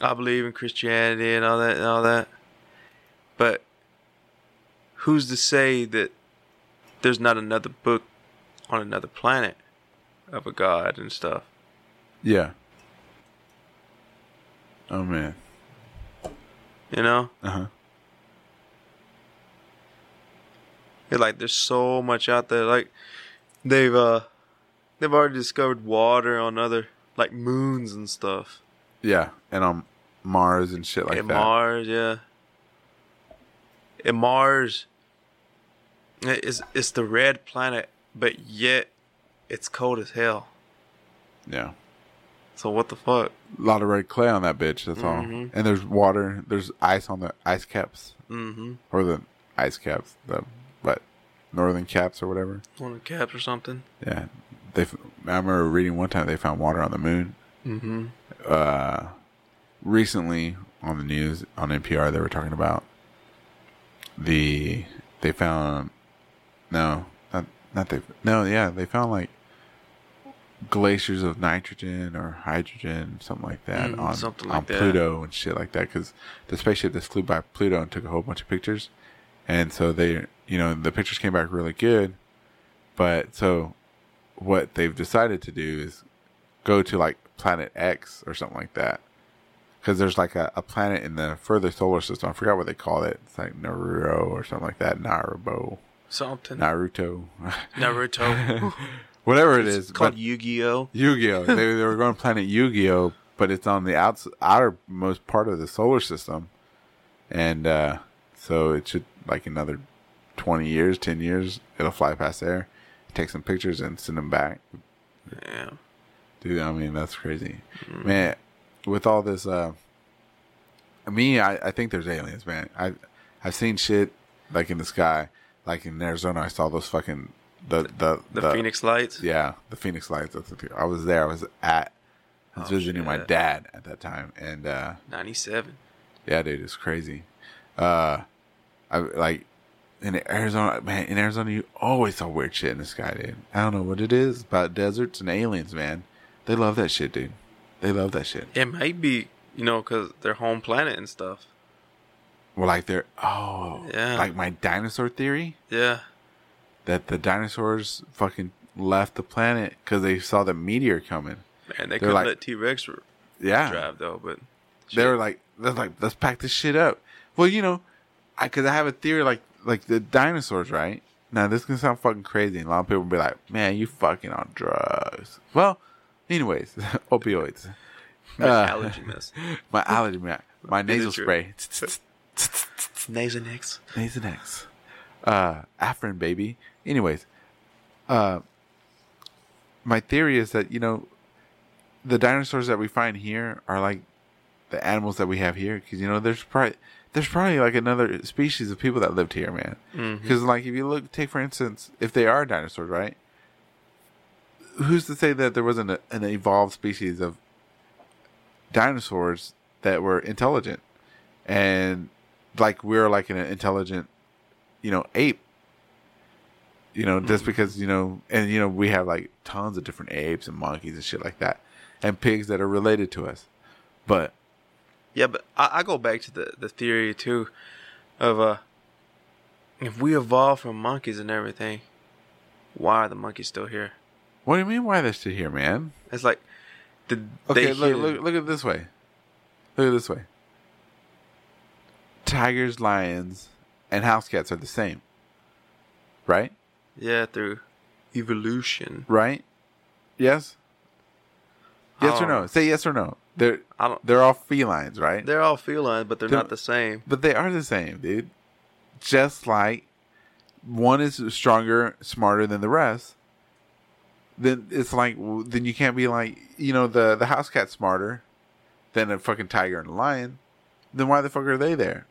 Speaker 2: I believe in Christianity and all that and all that. But who's to say that there's not another book on another planet of a god and stuff?
Speaker 3: Yeah. Oh man.
Speaker 2: You know,
Speaker 3: Uh huh.
Speaker 2: It, like there's so much out there. Like they've uh they've already discovered water on other like moons and stuff.
Speaker 3: Yeah, and on Mars and shit like
Speaker 2: and
Speaker 3: that.
Speaker 2: Mars, yeah. And Mars i- is it's the red planet, but yet it's cold as hell.
Speaker 3: yeah.
Speaker 2: So what the fuck?
Speaker 3: A lot of red clay on that bitch. That's all. And there's water. There's ice on the ice caps, mm-hmm. or the ice caps, the but northern caps or whatever.
Speaker 2: On the caps or something?
Speaker 3: Yeah, they. f- I remember reading one time they found water on the moon. Mm-hmm. Uh, recently on the news on NPR, they were talking about the they found no, not not they no yeah they found like glaciers of nitrogen or hydrogen something like that
Speaker 2: Mm,
Speaker 3: on
Speaker 2: something
Speaker 3: on
Speaker 2: like that.
Speaker 3: Pluto and shit like that because the spaceship that flew by Pluto and took a whole bunch of pictures, and so they you know the pictures came back really good, but so what they've decided to do is go to like planet X or something like that. Because there's like a, a planet in the further solar system. I forgot what they call it. It's like Naruto or something like that. Narubo.
Speaker 2: Something.
Speaker 3: Naruto.
Speaker 2: Naruto.
Speaker 3: Whatever it
Speaker 2: it's
Speaker 3: is.
Speaker 2: called
Speaker 3: but-
Speaker 2: Yu-Gi-Oh.
Speaker 3: Yu-Gi-Oh. they, they were going to planet Yu-Gi-Oh, but it's on the outs- outermost part of the solar system, and uh, so it should like another twenty years, ten years, it'll fly past there, take some pictures and send them back.
Speaker 2: Yeah.
Speaker 3: Dude, I mean that's crazy,
Speaker 2: Mm.
Speaker 3: man. With all this, uh, me, I, I think there's aliens, man. I I've seen shit like in the sky, like in Arizona. I saw those fucking the the
Speaker 2: The, Phoenix Lights.
Speaker 3: yeah, the Phoenix Lights. That's the, I was there. I was at. I was visiting my
Speaker 2: Oh, shit.
Speaker 3: dad at that time, and uh,
Speaker 2: 97.
Speaker 3: yeah, dude, it's crazy. Uh, I like in Arizona, man. In Arizona, you always saw weird shit in the sky, dude. I don't know what it is about deserts and aliens, man. They love that shit, dude. They love that shit.
Speaker 2: It might be, you know, because their home planet and stuff.
Speaker 3: Well, like they're oh,
Speaker 2: Yeah.
Speaker 3: like my dinosaur theory.
Speaker 2: Yeah.
Speaker 3: that the dinosaurs fucking left the planet because they saw the meteor coming.
Speaker 2: Man, they
Speaker 3: They're
Speaker 2: could
Speaker 3: like-
Speaker 2: not let T Rex r-
Speaker 3: Yeah,
Speaker 2: drive, though, but.
Speaker 3: they were like, they're like, let's pack this shit up. Well, you know, I because I have a theory like like the dinosaurs, right? Now this can sound fucking crazy, and a lot of people will be like, "Man, you fucking on drugs." Well, anyways, opioids, Uh,
Speaker 2: My allergy mess.
Speaker 3: my allergy, my, my nasal
Speaker 2: true?
Speaker 3: spray,
Speaker 2: Nasonex.
Speaker 3: Nasonex, uh, Afrin, baby. Anyways, uh, my theory is that you know, the dinosaurs that we find here are like the animals that we have here because you know there's probably there's probably like another species of people that lived here, man. Because like if you look, take for instance, if they are dinosaurs, right? Who's to say that there wasn't a, an evolved species of dinosaurs that were intelligent and like we're like an intelligent, you know, ape. You know,
Speaker 2: Hmm.
Speaker 3: just because you know, and you know, we have like tons of different apes and monkeys and shit like that, and pigs that are related to us. But
Speaker 2: Yeah, but I, I go back to the, the theory too of uh if we evolved from monkeys and everything, why are the monkeys still here?
Speaker 3: what do you mean? Why they're still here, man?
Speaker 2: It's like did
Speaker 3: Okay,
Speaker 2: they
Speaker 3: look,
Speaker 2: hear-
Speaker 3: look, look at it this way. Look at it this way. Tigers, lions, and house cats are the same, right?
Speaker 2: yeah through evolution.
Speaker 3: Right? Yes. Yes or
Speaker 2: Oh.
Speaker 3: no? Say yes or no. They're
Speaker 2: I don't-
Speaker 3: they're all felines, right?
Speaker 2: They're all feline, but they're
Speaker 3: They're-
Speaker 2: not the same.
Speaker 3: But they are the same, dude. Just like one is stronger, smarter than the rest. Then it's like w- then you can't be like you know the the house cat's smarter than a fucking tiger and a lion. Then why the fuck are they there?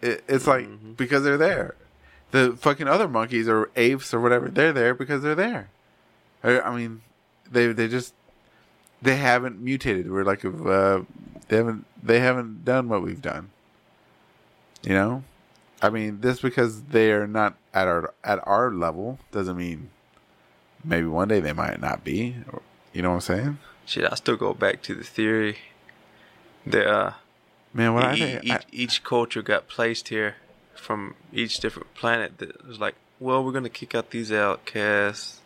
Speaker 3: It, it's like because they're there. The fucking other monkeys or apes or whatever they're there because they're there. I I mean, they they just they haven't mutated. We're like uh, they haven't they haven't done what we've done. You know, I mean, just because they are not at our at our level doesn't mean maybe one day they might not be. You know what I'm saying?
Speaker 2: Shit, I still go back to the theory that uh
Speaker 3: Man, what I
Speaker 2: e-
Speaker 3: think,
Speaker 2: each,
Speaker 3: I,
Speaker 2: each culture got placed here from each different planet that was like, well, we're gonna kick out these outcasts.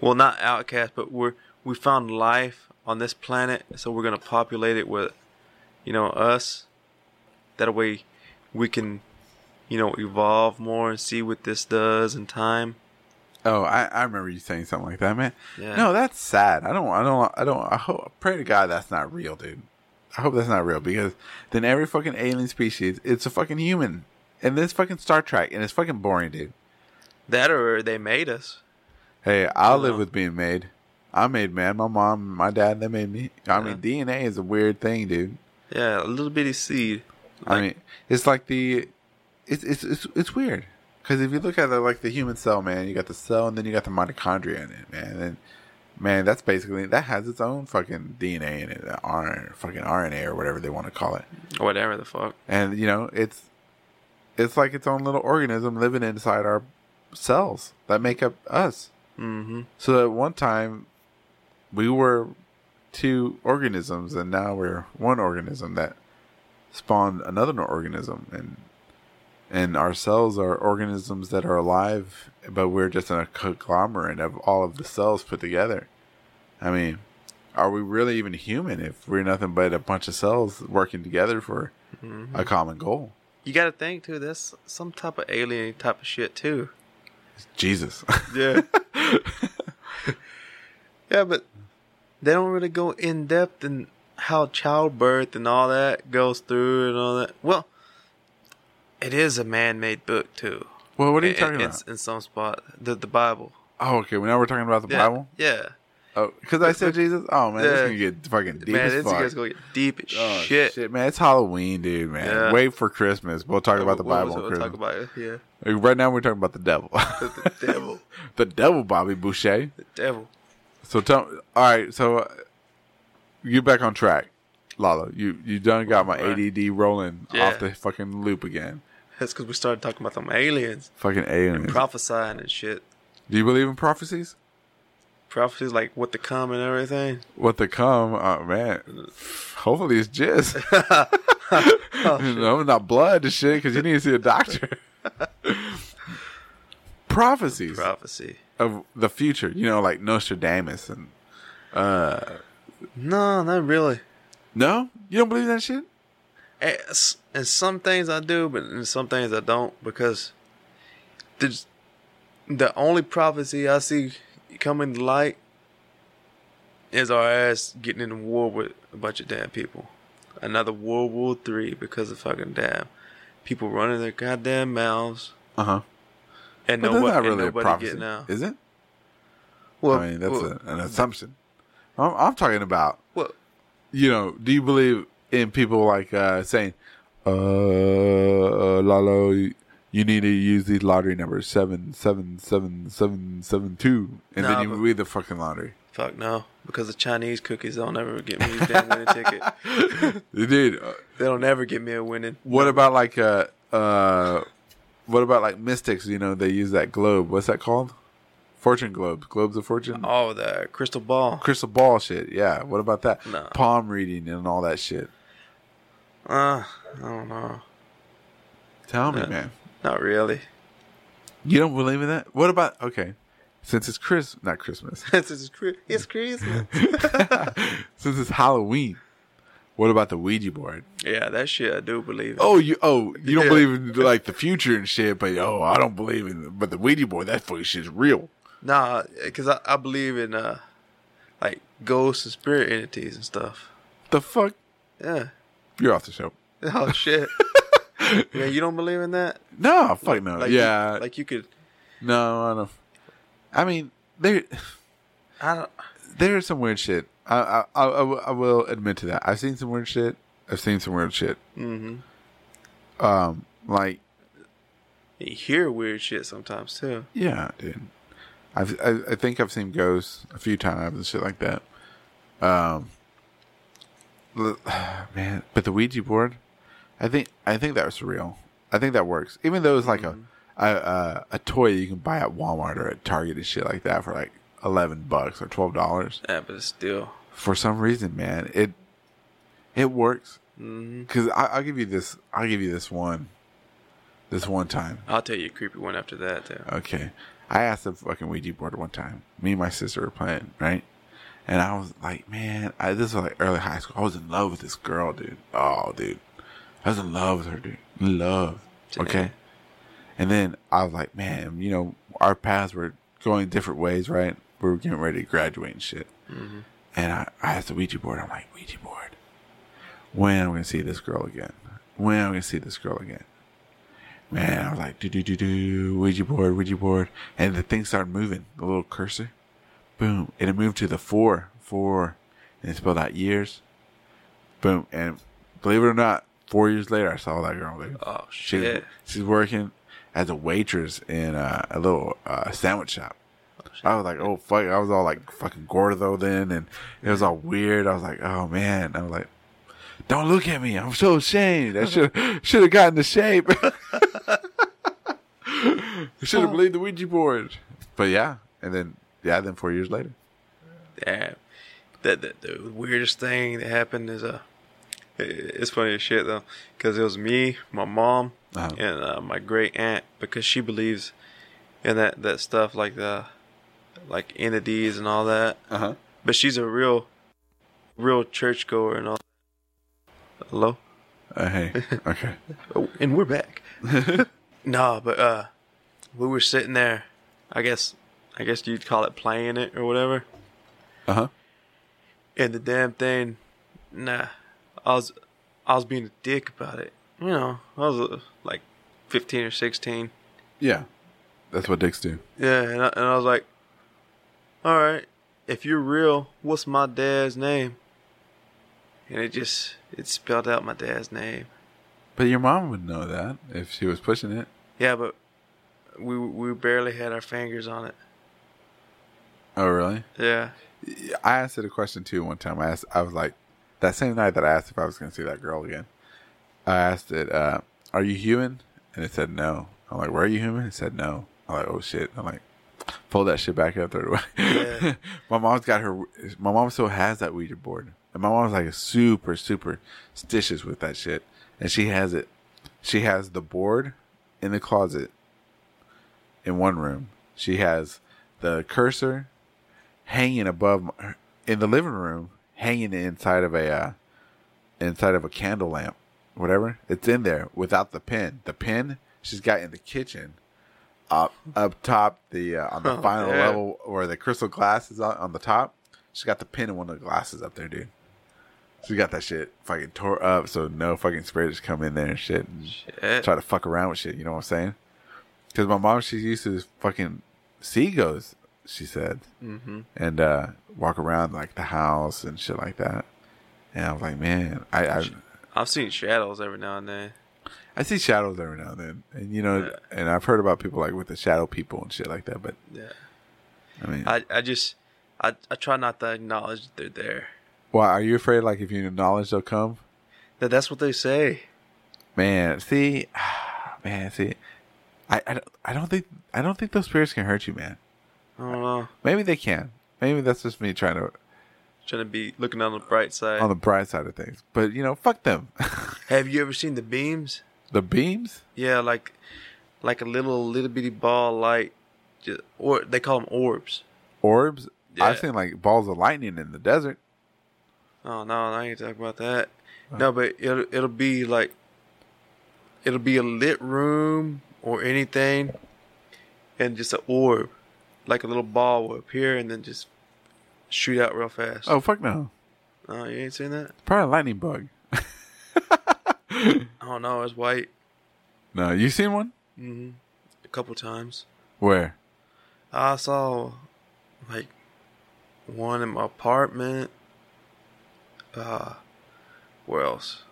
Speaker 2: Well, not outcasts, but we're we found life on this planet, so we're gonna populate it with you know, us. That way we can, you know, evolve more and see what this does in time.
Speaker 3: Oh, I, I remember you saying something like that, man.
Speaker 2: Yeah.
Speaker 3: No, that's sad. I don't. I don't. I don't. I hope. Pray to God that's not real, dude. I hope that's not real because then every fucking alien species, it's a fucking human, and this fucking Star Trek, and it's fucking boring, dude.
Speaker 2: That or they made us.
Speaker 3: Hey, I'll live with being made. I made man. My mom, my dad, they made me. I mean, DNA is a weird thing, dude.
Speaker 2: Yeah, a little bitty seed.
Speaker 3: I mean, it's like the, it's it's it's, it's weird because if you look at it like the human cell, man, you got the cell and then you got the mitochondria in it, man, and man, that's basically that has its own fucking DNA in it, RNA, fucking RNA or whatever they want to call it,
Speaker 2: Or whatever the fuck.
Speaker 3: and you know it's, it's like its own little organism living inside our cells that make up us. Mm-hmm. So at one time, we were two organisms, and now we're one organism that spawned another organism and and our cells are organisms that are alive but we're just in a conglomerate of all of the cells put together i mean are we really even human if we're nothing but a bunch of cells working together for a common goal
Speaker 2: You gotta think too, that's some type of alien type of shit too.
Speaker 3: jesus
Speaker 2: Yeah. yeah, but they don't really go in depth in how childbirth and all that goes through and all that. Well, it is a man made book too.
Speaker 3: well what are you
Speaker 2: In-
Speaker 3: talking
Speaker 2: in,
Speaker 3: about
Speaker 2: In some spot, the the Bible.
Speaker 3: oh okay well, now we're talking about the
Speaker 2: Yeah,
Speaker 3: bible
Speaker 2: Yeah.
Speaker 3: oh because i said jesus oh man this
Speaker 2: Yeah.
Speaker 3: is gonna get fucking deep
Speaker 2: man,
Speaker 3: as
Speaker 2: this
Speaker 3: fuck.
Speaker 2: guy's gonna get deep as
Speaker 3: Oh,
Speaker 2: shit.
Speaker 3: man it's halloween dude man
Speaker 2: Yeah.
Speaker 3: wait for christmas we'll talk about the
Speaker 2: What
Speaker 3: bible
Speaker 2: was it
Speaker 3: on
Speaker 2: we'll
Speaker 3: christmas
Speaker 2: talk about it. Yeah.
Speaker 3: Like, Right now, we're talking about the devil.
Speaker 2: The devil.
Speaker 3: the devil, Bobby Boucher.
Speaker 2: The devil.
Speaker 3: So tell. All right. So uh, you back on track, Lala. You you done got my
Speaker 2: Right.
Speaker 3: ADD rolling
Speaker 2: Yeah.
Speaker 3: off the fucking loop again.
Speaker 2: That's because we started talking about them aliens
Speaker 3: Fucking aliens.
Speaker 2: prophesying and shit.
Speaker 3: Do you believe in prophecies?
Speaker 2: Prophecies like what to come and everything.
Speaker 3: What to come? Oh man. Hopefully it's jizz.
Speaker 2: Oh,
Speaker 3: no, not blood and shit. Because you need to see a doctor. prophecies.
Speaker 2: Prophecy.
Speaker 3: of the future, you know, like Nostradamus and
Speaker 2: No, not really.
Speaker 3: no, you don't believe that shit.
Speaker 2: Eh, s- And some things I do, but in some things I don't because there's the only prophecy I see coming to light is our ass getting in war with a bunch of damn people. Another World War Three because of fucking damn people running their goddamn mouths
Speaker 3: Uh huh.
Speaker 2: and
Speaker 3: But
Speaker 2: no
Speaker 3: that's
Speaker 2: one,
Speaker 3: not
Speaker 2: and
Speaker 3: really a
Speaker 2: nobody
Speaker 3: prophecy,
Speaker 2: getting out.
Speaker 3: is it?
Speaker 2: Well,
Speaker 3: I mean, that's
Speaker 2: well,
Speaker 3: a, an assumption. I'm, I'm talking about,
Speaker 2: well,
Speaker 3: you know, do you believe in people like uh, saying, uh, uh, Lalo, you you need to use these lottery numbers seven, seven, seven, seven, seven, two, and
Speaker 2: Nah,
Speaker 3: then you
Speaker 2: but-
Speaker 3: read the fucking lottery.
Speaker 2: fuck no, because the Chinese cookies they'll never get me a damn winning ticket.
Speaker 3: Dude, uh,
Speaker 2: They'll never get me a winning.
Speaker 3: what about like uh, uh, what about like mystics? You know, they use that globe. What's that called? Fortune globes, globes of fortune.
Speaker 2: Oh, the crystal ball.
Speaker 3: Crystal ball shit, yeah. What about that?
Speaker 2: Nah.
Speaker 3: Palm reading and all that shit.
Speaker 2: Uh, I don't know.
Speaker 3: Tell me, man.
Speaker 2: Not really.
Speaker 3: You don't believe in that? What about okay? Since it's Chris, not Christmas.
Speaker 2: This is cri- it's Christmas.
Speaker 3: Since it's Halloween, what about the Ouija board?
Speaker 2: yeah, that shit I do believe. Oh,
Speaker 3: Oh, you oh you don't
Speaker 2: Yeah.
Speaker 3: believe in like the future and shit, but oh I don't believe in but the Ouija board that fucking shit's real.
Speaker 2: nah, because I, I believe in uh, like ghosts and spirit entities and stuff.
Speaker 3: The fuck,
Speaker 2: Yeah.
Speaker 3: you're off the show.
Speaker 2: Oh shit. yeah, you don't believe in that?
Speaker 3: No, fuck no.
Speaker 2: Like, you-
Speaker 3: yeah,
Speaker 2: like you could.
Speaker 3: no, I don't. I mean, there
Speaker 2: I don't.
Speaker 3: there's some weird shit. I I, I, I will- I will admit to that. I've seen some weird shit. I've seen some weird shit. Mm-hmm.
Speaker 2: Mm-hmm.
Speaker 3: Um, like
Speaker 2: You hear weird shit sometimes too.
Speaker 3: Yeah, dude. I've, I I think I've seen ghosts a few times and shit like that. Um, l- man, but the Ouija board, I think I think that was real. I think that works, even though it's like a, a a a toy you can buy at Walmart or at Target and shit like that for like eleven bucks or twelve dollars.
Speaker 2: Yeah, but still.
Speaker 3: For some reason, man, it it works. Because I'll give you this. I'll give you this one. This one time.
Speaker 2: I'll tell you a creepy one after
Speaker 3: Oh,
Speaker 2: that, too.
Speaker 3: Okay. I asked the fucking Ouija board one time. Me and my sister were playing, right? and I was like, man, I, this was like early high school. I was in love with this girl, dude. Oh, dude, I was in love with her, dude. In Love, okay. And then I was like, man, you know, our paths were going different ways, right? We were getting ready to graduate and shit. And I, I asked the Ouija board. I'm like, Ouija board, when am I gonna see this girl again? When am I gonna see this girl again? Man, I was like, do do do do, Ouija board, Ouija board, and the thing started moving. The little cursor, boom, and it moved to the four, four, and it spelled out years. Boom, and believe it or not, four years later, I saw that girl. Like,
Speaker 2: Oh,
Speaker 3: she-
Speaker 2: shit.
Speaker 3: she's working as a waitress in a, a little uh, sandwich shop. I was like, oh fuck! I was all like fucking Gordo then, and it was all weird. I was like, oh man! I was like, don't look at me. I'm so ashamed. I should should have gotten the shape. I should have believed the Ouija board. But yeah, and then yeah, then four years later,
Speaker 2: Yeah. That, that the weirdest thing that happened is uh, it- it's funny as shit though, because it was me, my mom,
Speaker 3: Uh-huh.
Speaker 2: and uh, my great aunt because she believes in that that stuff like the like entities and all that.
Speaker 3: uh huh.
Speaker 2: But she's a real, real churchgoer and all. Hello.
Speaker 3: Uh, hey, okay,
Speaker 2: Oh, and we're back. no, but uh, we were sitting there. I guess, I guess you'd call it playing it or whatever.
Speaker 3: uh huh.
Speaker 2: And the damn thing, nah, I was, I was being a dick about it. You know, I was uh, like fifteen or sixteen.
Speaker 3: Yeah, that's what dicks do.
Speaker 2: Yeah, and I, and I was like, all right, if you're real, what's my dad's name? And it just it spelled out my dad's name.
Speaker 3: But your mom would know that if she was pushing it.
Speaker 2: Yeah, but we we barely had our fingers on it.
Speaker 3: Oh really?
Speaker 2: Yeah.
Speaker 3: I asked it a question too one time. I asked, I was like, that same night that I asked if I was going to see that girl again, I asked it, uh, "Are you human?" And it said no. I'm like, "Were you human?" It said no. I'm like, "Oh shit!" I'm like, pull that shit back up, throw it away. my mom's got her. My mom still has that Ouija board, and my mom's like super super stitious with that shit, and she has it. She has the board in the closet in one room. She has the cursor hanging above my, in the living room, hanging inside of a uh, inside of a candle lamp, whatever. It's in there without the pin. The pin she's got in the kitchen, up up top the uh, on the final
Speaker 2: yeah.
Speaker 3: level where the crystal glass is on, on the top. She's got the pin in one of the glasses up there, dude. She got that shit fucking tore up, so no fucking spirits come in there and shit, and try to fuck around with shit. You know what I'm saying? Because my mom, she's used to this fucking seagulls, she said, mm-hmm. and uh, walk around like the house and shit like that. And I was like, man, I I,
Speaker 2: I've seen shadows every now and then.
Speaker 3: I see shadows every now and then, and you know, and I've heard about people like with the shadow people and shit like that. But
Speaker 2: Yeah.
Speaker 3: I mean,
Speaker 2: I, I just I, I try not to acknowledge that they're there.
Speaker 3: why are you afraid? Like, if you acknowledge, they'll come.
Speaker 2: That that's what they say.
Speaker 3: Man, see, man, see, I, I, don't- I don't think I don't think those spirits can hurt you, man.
Speaker 2: I don't know.
Speaker 3: Maybe they can. Maybe that's just me trying to
Speaker 2: Trying to be looking on the bright side.
Speaker 3: on the bright side of things. But you know, fuck them.
Speaker 2: Have you ever seen the beams?
Speaker 3: the beams.
Speaker 2: Yeah, like like a little little bitty ball of light, just, or they call them orbs.
Speaker 3: orbs.
Speaker 2: Yeah.
Speaker 3: I've seen like balls of lightning in the desert.
Speaker 2: Oh no, I ain't talking about that. No, but it'll it'll be like it'll be a lit room or anything, and just an orb, like a little ball will appear and then just shoot out real fast.
Speaker 3: Oh fuck no!
Speaker 2: No, you ain't seen that?
Speaker 3: Probably a lightning bug.
Speaker 2: Oh no, it's white
Speaker 3: No, you seen one?
Speaker 2: a couple times.
Speaker 3: Where?
Speaker 2: I saw like one in my apartment. Uh, where else?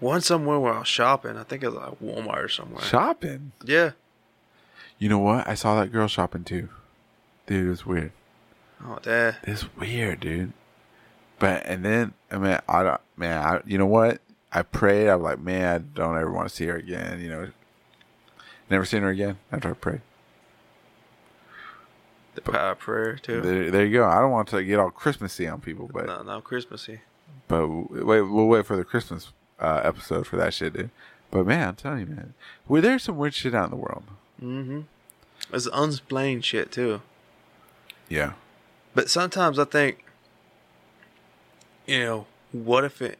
Speaker 2: One somewhere where I was shopping. I think it was like Walmart or somewhere.
Speaker 3: Shopping.
Speaker 2: Yeah.
Speaker 3: You know what? I saw that girl shopping too. Dude, it's weird.
Speaker 2: Oh, dad.
Speaker 3: It's weird, dude. But and then I mean, I don't, man. I, you know what? I prayed. I'm like, man, I don't ever want to see her again. You know, never seen her again after I prayed.
Speaker 2: The power of prayer too.
Speaker 3: There, there you go. I don't want to get all Christmassy on people, but
Speaker 2: no, no, Christmassy.
Speaker 3: But w- wait, we'll wait for the Christmas uh, episode for that shit, dude. But man, I'm telling you, man, well, there's some weird shit out in the world.
Speaker 2: It's unsplained shit too.
Speaker 3: Yeah.
Speaker 2: But sometimes I think you know, what if it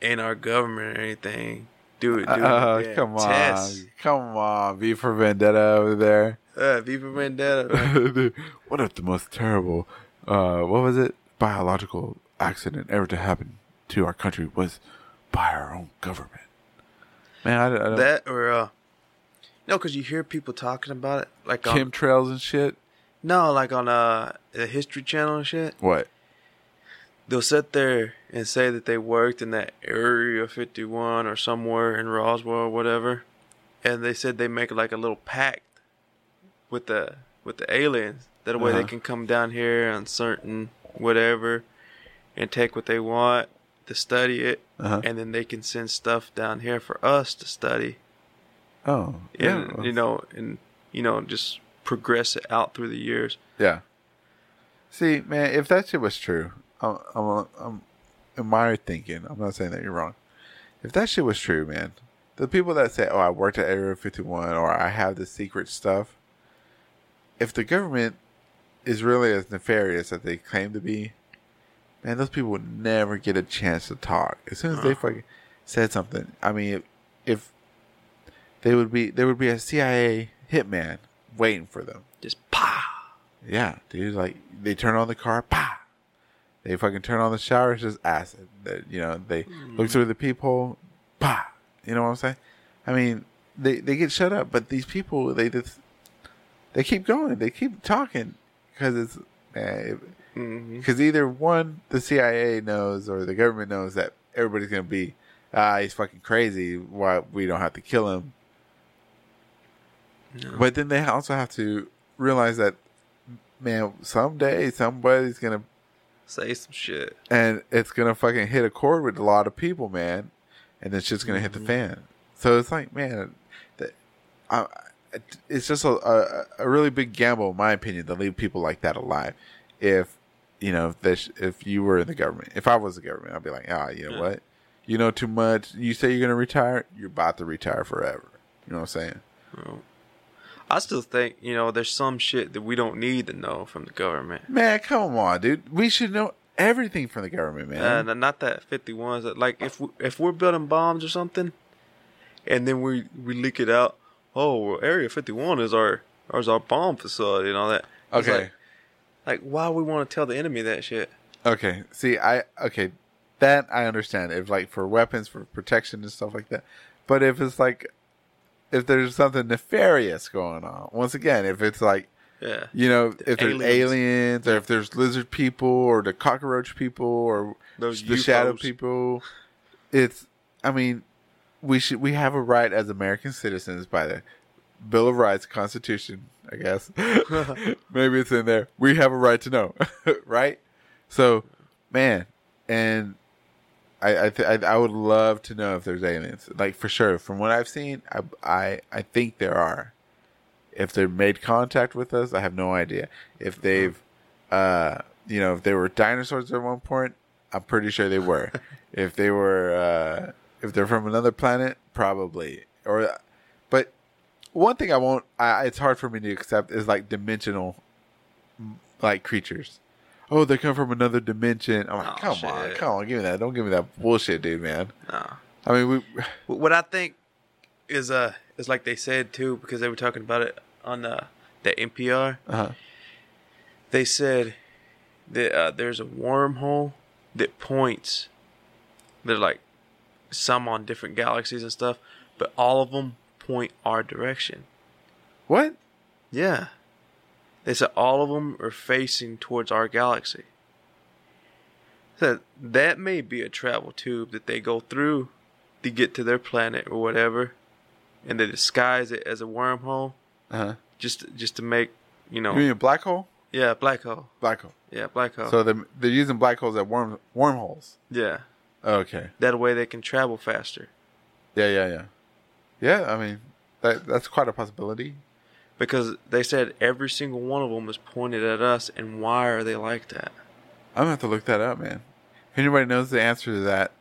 Speaker 2: ain't our government or anything? Do it. Do
Speaker 3: Oh,
Speaker 2: it. yeah,
Speaker 3: come on.
Speaker 2: Test.
Speaker 3: Come on. V for Vendetta over there.
Speaker 2: Uh, V for Vendetta. man.
Speaker 3: what if the most terrible, uh, what was it? Biological accident ever to happen to our country was by our own government. Man, I, I don't
Speaker 2: that or uh, no, because you hear people talking about it, like on
Speaker 3: chemtrails and shit.
Speaker 2: no, like on uh the History Channel and shit.
Speaker 3: What?
Speaker 2: They'll sit there and say that they worked in that Area 51 or somewhere in Roswell or whatever, and they said they make like a little pact with the with the aliens. That way they
Speaker 3: Uh-huh.
Speaker 2: can come down here on certain whatever and take what they want to study it,
Speaker 3: Uh-huh.
Speaker 2: and then they can send stuff down here for us to study.
Speaker 3: Oh,
Speaker 2: and
Speaker 3: well,
Speaker 2: you know and you know just progress it out through the years
Speaker 3: Yeah. See, man, if that shit was true, I'm, I'm, I'm, in my thinking, I'm not saying that you're wrong. If that shit was true, man, the people that say, "Oh, I worked at Area 51," or "I have the secret stuff," if the government is really as nefarious as they claim to be, man, those people would never get a chance to talk. As soon as they fucking said something, I mean, if, if they would be, there would be a CIA hitman waiting for them.
Speaker 2: just pa
Speaker 3: Yeah, dude. Like they turn on the car, bah. They fucking turn on the shower, it's just acid. That you know, they look through the peephole, bah. You know what I'm saying? I mean, they they get shut up, but these people they just they keep going, they keep talking because it's because either one the CIA knows or the government knows that everybody's gonna be ah he's fucking crazy. Why we don't have to kill him? But then they also have to realize that, man, someday somebody's gonna
Speaker 2: say some shit
Speaker 3: and it's gonna fucking hit a chord with a lot of people, man, and then shit's gonna
Speaker 2: Mm-hmm.
Speaker 3: hit the fan. So it's like, man, that, I, I- it's just a, a a really big gamble, in my opinion, to leave people like that alive. If you know, if, this, if you were in the government, if I was the government, I'd be like, ah, you know what, you know too much. You say you're gonna retire, you're about to retire forever. You know what I'm saying?
Speaker 2: i still think you know there's some shit that we don't need to know from the government
Speaker 3: Man, come on, dude. We should know everything from the government, man.
Speaker 2: and Uh, not that 51s that like if we, if we're building bombs or something and then we we leak it out oh well, area 51 is our is our bomb facility and all that It's
Speaker 3: okay.
Speaker 2: like, like why we want to tell the enemy that shit
Speaker 3: okay. See, I okay, that I understand. If like for weapons for protection and stuff like that. But if it's like if there's something nefarious going on, once again, if it's like
Speaker 2: yeah
Speaker 3: you know, if there's
Speaker 2: aliens.
Speaker 3: aliens or if there's lizard people or the cockroach people or
Speaker 2: Those
Speaker 3: the shadow
Speaker 2: UFOs.
Speaker 3: people, it's I mean, we should we have a right as American citizens by the Bill of Rights Constitution, I guess. Maybe it's in there. We have a right to know, right? So, man, and I I, th- I I would love to know if there's aliens, like for sure. From what I've seen, I I, I think there are. If they made contact with us, I have no idea.
Speaker 2: Uh-huh.
Speaker 3: If they've, uh, you know, if they were dinosaurs at one point, I'm pretty sure they were. if they were, uh, if they're from another planet, probably. Or, but one thing I won't. I, it's hard for me to accept is like dimensional, like creatures. Oh, they come from another dimension. I'm like,
Speaker 2: Oh,
Speaker 3: come on,
Speaker 2: shit.
Speaker 3: come on, give me that. Don't give me that bullshit, dude, man.
Speaker 2: Nah.
Speaker 3: I mean, we.
Speaker 2: Wh- What I think is uh is like they said too because they were talking about it on the the NPR.
Speaker 3: Uh-huh.
Speaker 2: They said that uh, there's a wormhole that points. They're like some on different galaxies and stuff, but all of them point our direction.
Speaker 3: What?
Speaker 2: Yeah, they said all of them are facing towards our galaxy. So that may be a travel tube that they go through to get to their planet or whatever, and they disguise it as a wormhole
Speaker 3: Uh-huh.
Speaker 2: just just to make you know
Speaker 3: You mean a black hole?
Speaker 2: yeah black hole
Speaker 3: Black hole.
Speaker 2: yeah black hole
Speaker 3: So they're, they're using black holes at worm wormholes.
Speaker 2: yeah
Speaker 3: Okay.
Speaker 2: that way they can travel faster
Speaker 3: Yeah, yeah, yeah. Yeah, I mean, that that's quite a possibility.
Speaker 2: because they said every single one of them is pointed at us, and why are they like that?
Speaker 3: I'm gonna have to look that up, man. If anybody knows the answer to that,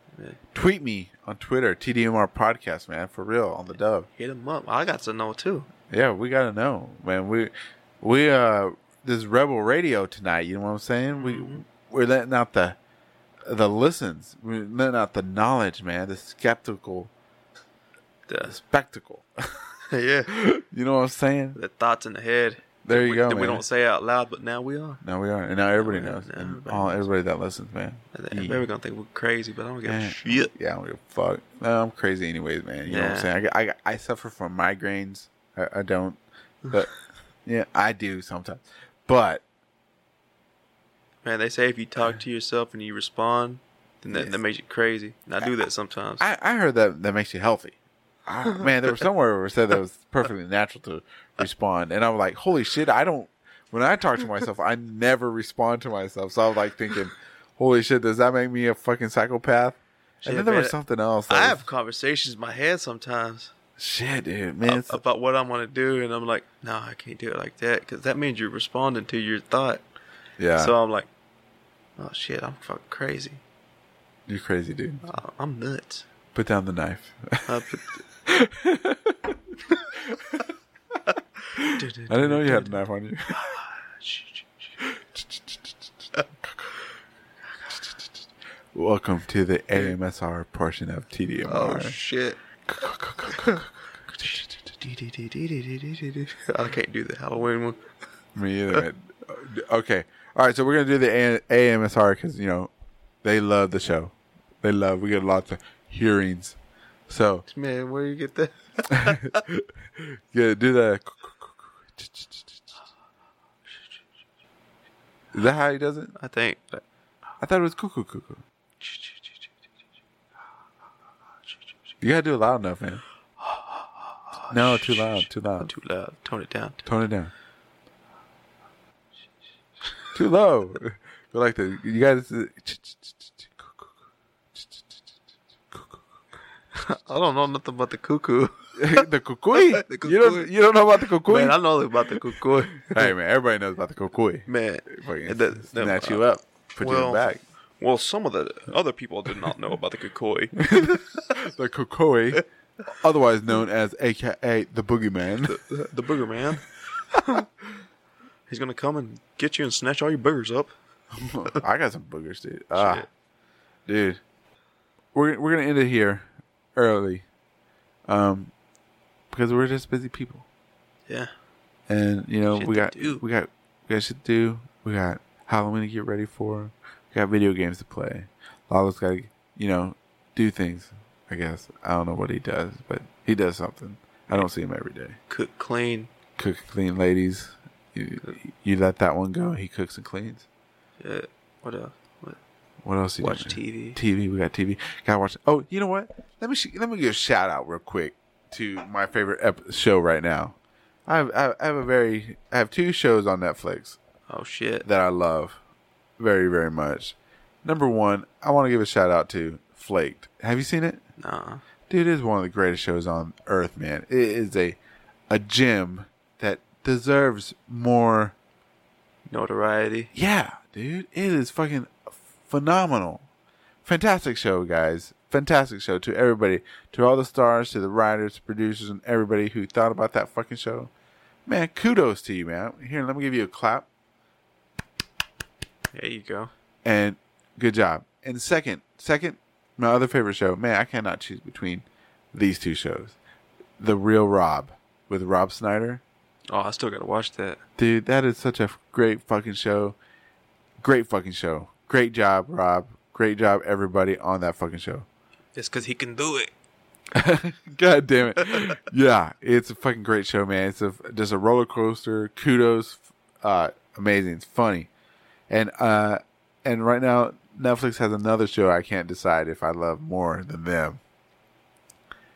Speaker 3: tweet me on Twitter, TDMR Podcast, man, for real, on the dub.
Speaker 2: Hit them up. I got to know too.
Speaker 3: Yeah, we gotta know, man. We we uh this Rebel Radio tonight. You know what I'm saying? We we're letting out the the listens, no, not the knowledge, man. The skeptical
Speaker 2: The,
Speaker 3: spectacle.
Speaker 2: yeah,
Speaker 3: You know what I'm saying?
Speaker 2: the thoughts in the head.
Speaker 3: There you
Speaker 2: we,
Speaker 3: go,
Speaker 2: That we
Speaker 3: man.
Speaker 2: don't say out loud, but now we are.
Speaker 3: Now we are, and now everybody
Speaker 2: Now
Speaker 3: knows, and
Speaker 2: everybody
Speaker 3: all
Speaker 2: knows.
Speaker 3: everybody that listens, man.
Speaker 2: And
Speaker 3: Yeah.
Speaker 2: then Maybe we're gonna think we're crazy, but I don't give a
Speaker 3: Yeah.
Speaker 2: shit.
Speaker 3: Yeah, I don't give a fuck. No, I'm crazy anyways, man. You know what I'm
Speaker 2: Yeah.
Speaker 3: saying? I, I, I suffer from migraines. I, I don't. But, yeah, I do sometimes. But,
Speaker 2: Man, they say if you talk to yourself and you respond, then that, that makes you crazy. And I do that sometimes.
Speaker 3: I, I heard that that makes you healthy. I, man, there was somewhere where it said that was perfectly natural to respond. And I'm like, holy shit, I don't. When I talk to myself, I never respond to myself. So I was like thinking, holy shit, does that make me a fucking psychopath? And
Speaker 2: Shit,
Speaker 3: then there was
Speaker 2: man.
Speaker 3: something else. that
Speaker 2: I
Speaker 3: was-
Speaker 2: have conversations in my head sometimes
Speaker 3: shit, dude, man. it's-
Speaker 2: about what I want to do, and I'm like, no, I can't do it like that because that means you're responding to your thought.
Speaker 3: yeah,
Speaker 2: So um, I'm like, oh shit, I'm fucking crazy.
Speaker 3: you're crazy, dude.
Speaker 2: I- I'm nuts.
Speaker 3: Put down the knife.
Speaker 2: I put-
Speaker 3: I didn't know you had a knife on you. Welcome to the AMSR portion of TDMR.
Speaker 2: oh shit. I can't do the Halloween one.
Speaker 3: Me either. man. okay. All right. So we're gonna do the A- AMSR because you know they love the show. They love. We get lots of hearings. So
Speaker 2: Man, where you get that?
Speaker 3: yeah, do the. Is that how he does it?
Speaker 2: I think.
Speaker 3: I thought it was cuckoo cuckoo. You gotta do it loud enough, man. No, too loud, too
Speaker 2: I'm
Speaker 3: loud.
Speaker 2: too loud. Tone it down.
Speaker 3: Tone it down. Too low. Go like the you guys.
Speaker 2: I don't know nothing about the cuckoo.
Speaker 3: the cuckoo.
Speaker 2: The
Speaker 3: You don't.
Speaker 2: cuckoo.
Speaker 3: You don't know about the cuckoo.
Speaker 2: Man, I know about the cuckoo.
Speaker 3: hey man, everybody knows about the cuckoo.
Speaker 2: Man,
Speaker 3: Fucking
Speaker 2: that- that-
Speaker 3: snatch you up, put you in
Speaker 2: well-
Speaker 3: the back.
Speaker 2: Well, some of the other people did not know about the cuckoo.
Speaker 3: The cuckoo, otherwise known as AKA the boogeyman.
Speaker 2: the booger man. He's gonna come and get you and snatch all your boogers up.
Speaker 3: I got some boogers, dude. Ah, dude, we're we're gonna end it here early, um, because we're just busy people,
Speaker 2: Yeah.
Speaker 3: and you know
Speaker 2: Shit
Speaker 3: we
Speaker 2: to
Speaker 3: got
Speaker 2: do.
Speaker 3: we got we got shit to do. We got Halloween to get ready for. We got video games to play. Lalo's got to you know do things. I guess I don't know what he does, but he does something. I don't see him every day.
Speaker 2: Cook clean.
Speaker 3: Cook and clean, ladies. You, you let that one go. He cooks and cleans.
Speaker 2: Yeah. uh, What else? What?
Speaker 3: What else? You
Speaker 2: Watch TV.
Speaker 3: doing? TV. We got TV. Gotta watch. Oh, you know what? Let me sh- let me give a shout out real quick to my favorite ep- show right now. I have, I have a very I have two shows on Netflix
Speaker 2: Oh shit.
Speaker 3: that I love very very much. Number one, I want to give a shout out to Flaked. Have you seen it?
Speaker 2: Nah.
Speaker 3: Dude, it is one of the greatest shows on earth, man. It is a a gem that deserves more
Speaker 2: Notoriety.
Speaker 3: yeah, dude, it is fucking phenomenal. Fantastic show, guys. Fantastic show to everybody, to all the stars, to the writers, producers, and everybody who thought about that fucking show. Man, kudos to you, man. Here, let me give you a clap
Speaker 2: There you go.
Speaker 3: and good job. And second, second, my other favorite show. Man, I cannot choose between these two shows. The Real Rob with Rob Snyder.
Speaker 2: Oh, I still gotta watch that.
Speaker 3: Dude, that is such a f- great fucking show. Great fucking show. Great job, Rob. Great job, everybody on that fucking show.
Speaker 2: It's because he can do it.
Speaker 3: God damn it. yeah, it's a fucking great show, man. It's a, just a roller coaster. Kudos. Uh, amazing. It's funny. And, uh, and right now, Netflix has another show I can't decide if I love more than them.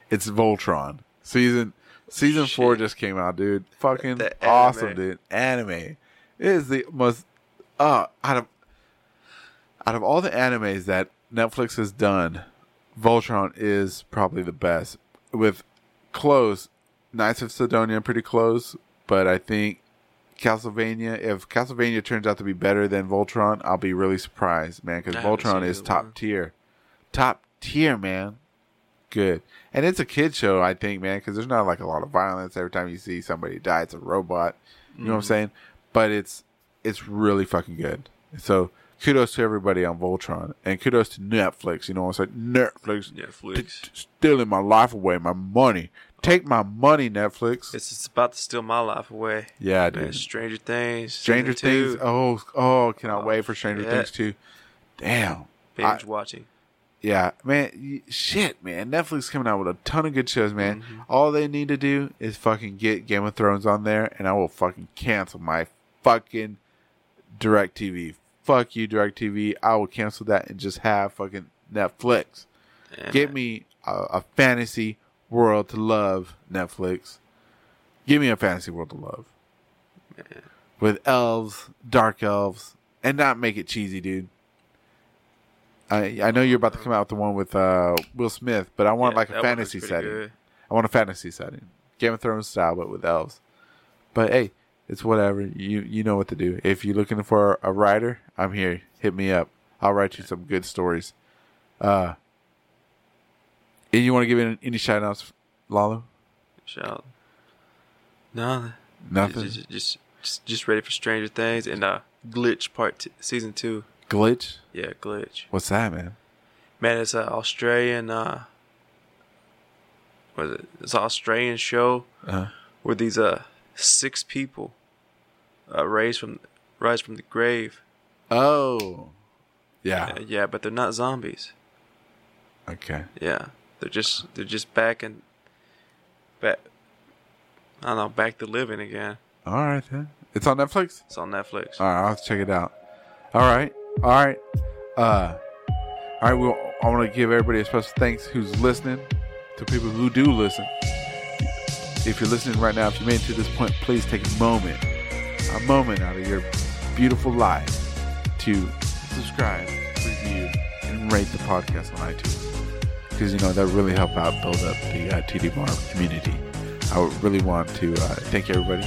Speaker 3: It's Voltron. Season season four just came out, dude. Fucking
Speaker 2: The anime.
Speaker 3: awesome, dude. Anime. It is the most uh out of out of all the animes that Netflix has done, Voltron is probably the best. With close, Knights of Sidonia pretty close, but I think Castlevania. If Castlevania turns out to be better than Voltron, I'll be really surprised, man. Because
Speaker 2: I haven't
Speaker 3: Voltron
Speaker 2: seen
Speaker 3: is
Speaker 2: that
Speaker 3: top
Speaker 2: one.
Speaker 3: tier, top tier, man. Good, and it's a kid show, I think, man. Because there's not like a lot of violence. Every time you see somebody die, it's a robot. You know what I'm saying? But it's it's really fucking good. So kudos to everybody on Voltron and kudos to Netflix. You know, it's like Netflix,
Speaker 2: Netflix.
Speaker 3: t- t- stealing my life away, my money. Take my money, Netflix.
Speaker 2: It's just about to steal my life away.
Speaker 3: Yeah,
Speaker 2: Man,
Speaker 3: dude.
Speaker 2: Stranger Things.
Speaker 3: Stranger
Speaker 2: season two,
Speaker 3: Things. Oh, oh, cannot wait for Stranger
Speaker 2: yeah.
Speaker 3: Things too. Damn. oh, I-
Speaker 2: binge watching.
Speaker 3: Yeah, man, y- shit, man. Netflix coming out with a ton of good shows, man. All they need to do is fucking get Game of Thrones on there, and I will fucking cancel my fucking DirecTV. Fuck you, DirecTV. I will cancel that and just have fucking Netflix. Give me a, a fantasy world to love, Netflix. Give me a fantasy world to love with elves, dark elves, and not make it cheesy, dude. I I know you're about to come out with the one with uh, Will Smith, but I want
Speaker 2: Yeah,
Speaker 3: like
Speaker 2: that
Speaker 3: a
Speaker 2: one looks
Speaker 3: fantasy
Speaker 2: pretty
Speaker 3: setting.
Speaker 2: good.
Speaker 3: I want a fantasy setting, Game of Thrones style, but with elves. But hey, it's whatever. You you know what to do. If you're looking for a writer, I'm here. Hit me up. I'll write you some good stories. Uh, and you want to give any, any shout outs, Lalo?
Speaker 2: Shout. No,
Speaker 3: Nothing.
Speaker 2: just, just just just ready for Stranger Things and uh Glitch Part t- Season Two.
Speaker 3: Glitch?
Speaker 2: Yeah, Glitch.
Speaker 3: What's that, man?
Speaker 2: Man, it's an Australian. uh What is it? It's an Australian show where these uh six people uh raised from rise from the grave.
Speaker 3: Oh, yeah.
Speaker 2: Uh, yeah, but they're not zombies.
Speaker 3: Okay.
Speaker 2: Yeah, they're just they're just back and back. I don't know, back to living again.
Speaker 3: All right then. It's on Netflix.
Speaker 2: It's on Netflix.
Speaker 3: All right, I'll check it out. All right, all right, uh, all right. Well, I want to give everybody a special thanks who's listening, to people who do listen. If you're listening right now, if you made it to this point, please take a moment, a moment out of your beautiful life to subscribe, review, and rate the podcast on iTunes. Because you know that really help out build up the uh, TD Bar community. I would really want to uh, thank everybody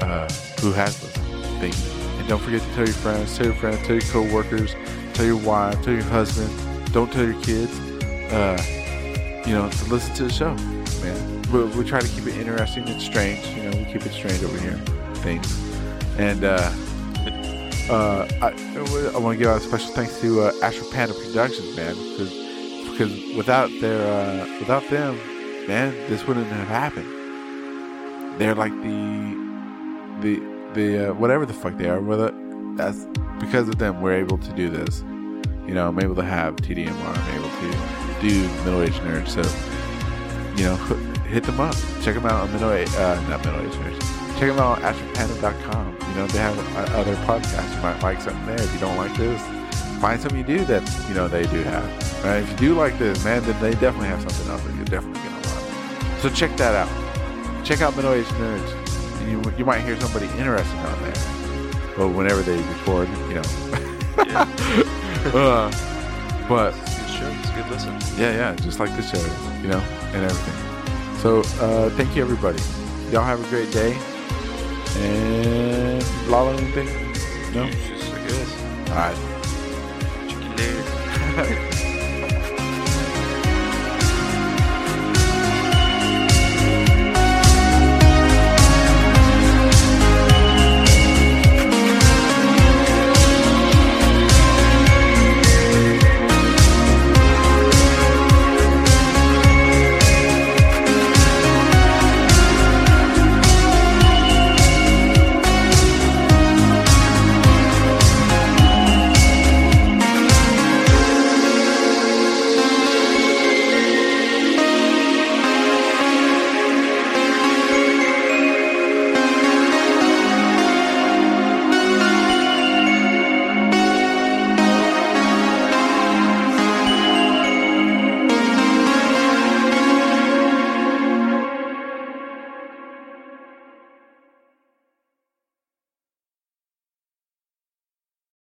Speaker 3: uh, who has listened. Thank you. And don't forget to tell your friends, tell your friends, tell your coworkers, tell your wife, tell your husband. Don't tell your kids. Uh, you know, to listen to the show, man. We, we try to keep it interesting and strange. You know, we keep it strange over here. Thanks. And uh, uh, I, I want to give out a special thanks to uh, Astro Panda Productions, man, because because without their uh, without them, man, this wouldn't have happened. They're like the the the uh, whatever the fuck they are. Whether that's because of them, we're able to do this. You know, I'm able to have TDMR. I'm able to do middle aged nerds. So you know, hit them up. Check them out on middle age, uh, not middle aged nerds. Check them out on astropanda.com. You know, they have uh, other podcasts. You might like something there. If you don't like this, find something you do that you know they do have. All right? If you do like this, man, then they definitely have something else that you're definitely gonna love. So check that out check out Middle Aged Nerds. And you, you might hear somebody interesting on there. Or whenever they record, you know. uh, but
Speaker 2: Good show. It's a good listen.
Speaker 3: yeah, yeah, just like the show, is, you know, and everything. So uh, thank you, everybody. Y'all have a great day. And Lala, anything? No?
Speaker 2: Just, I guess.
Speaker 3: All right.
Speaker 2: Chicken later.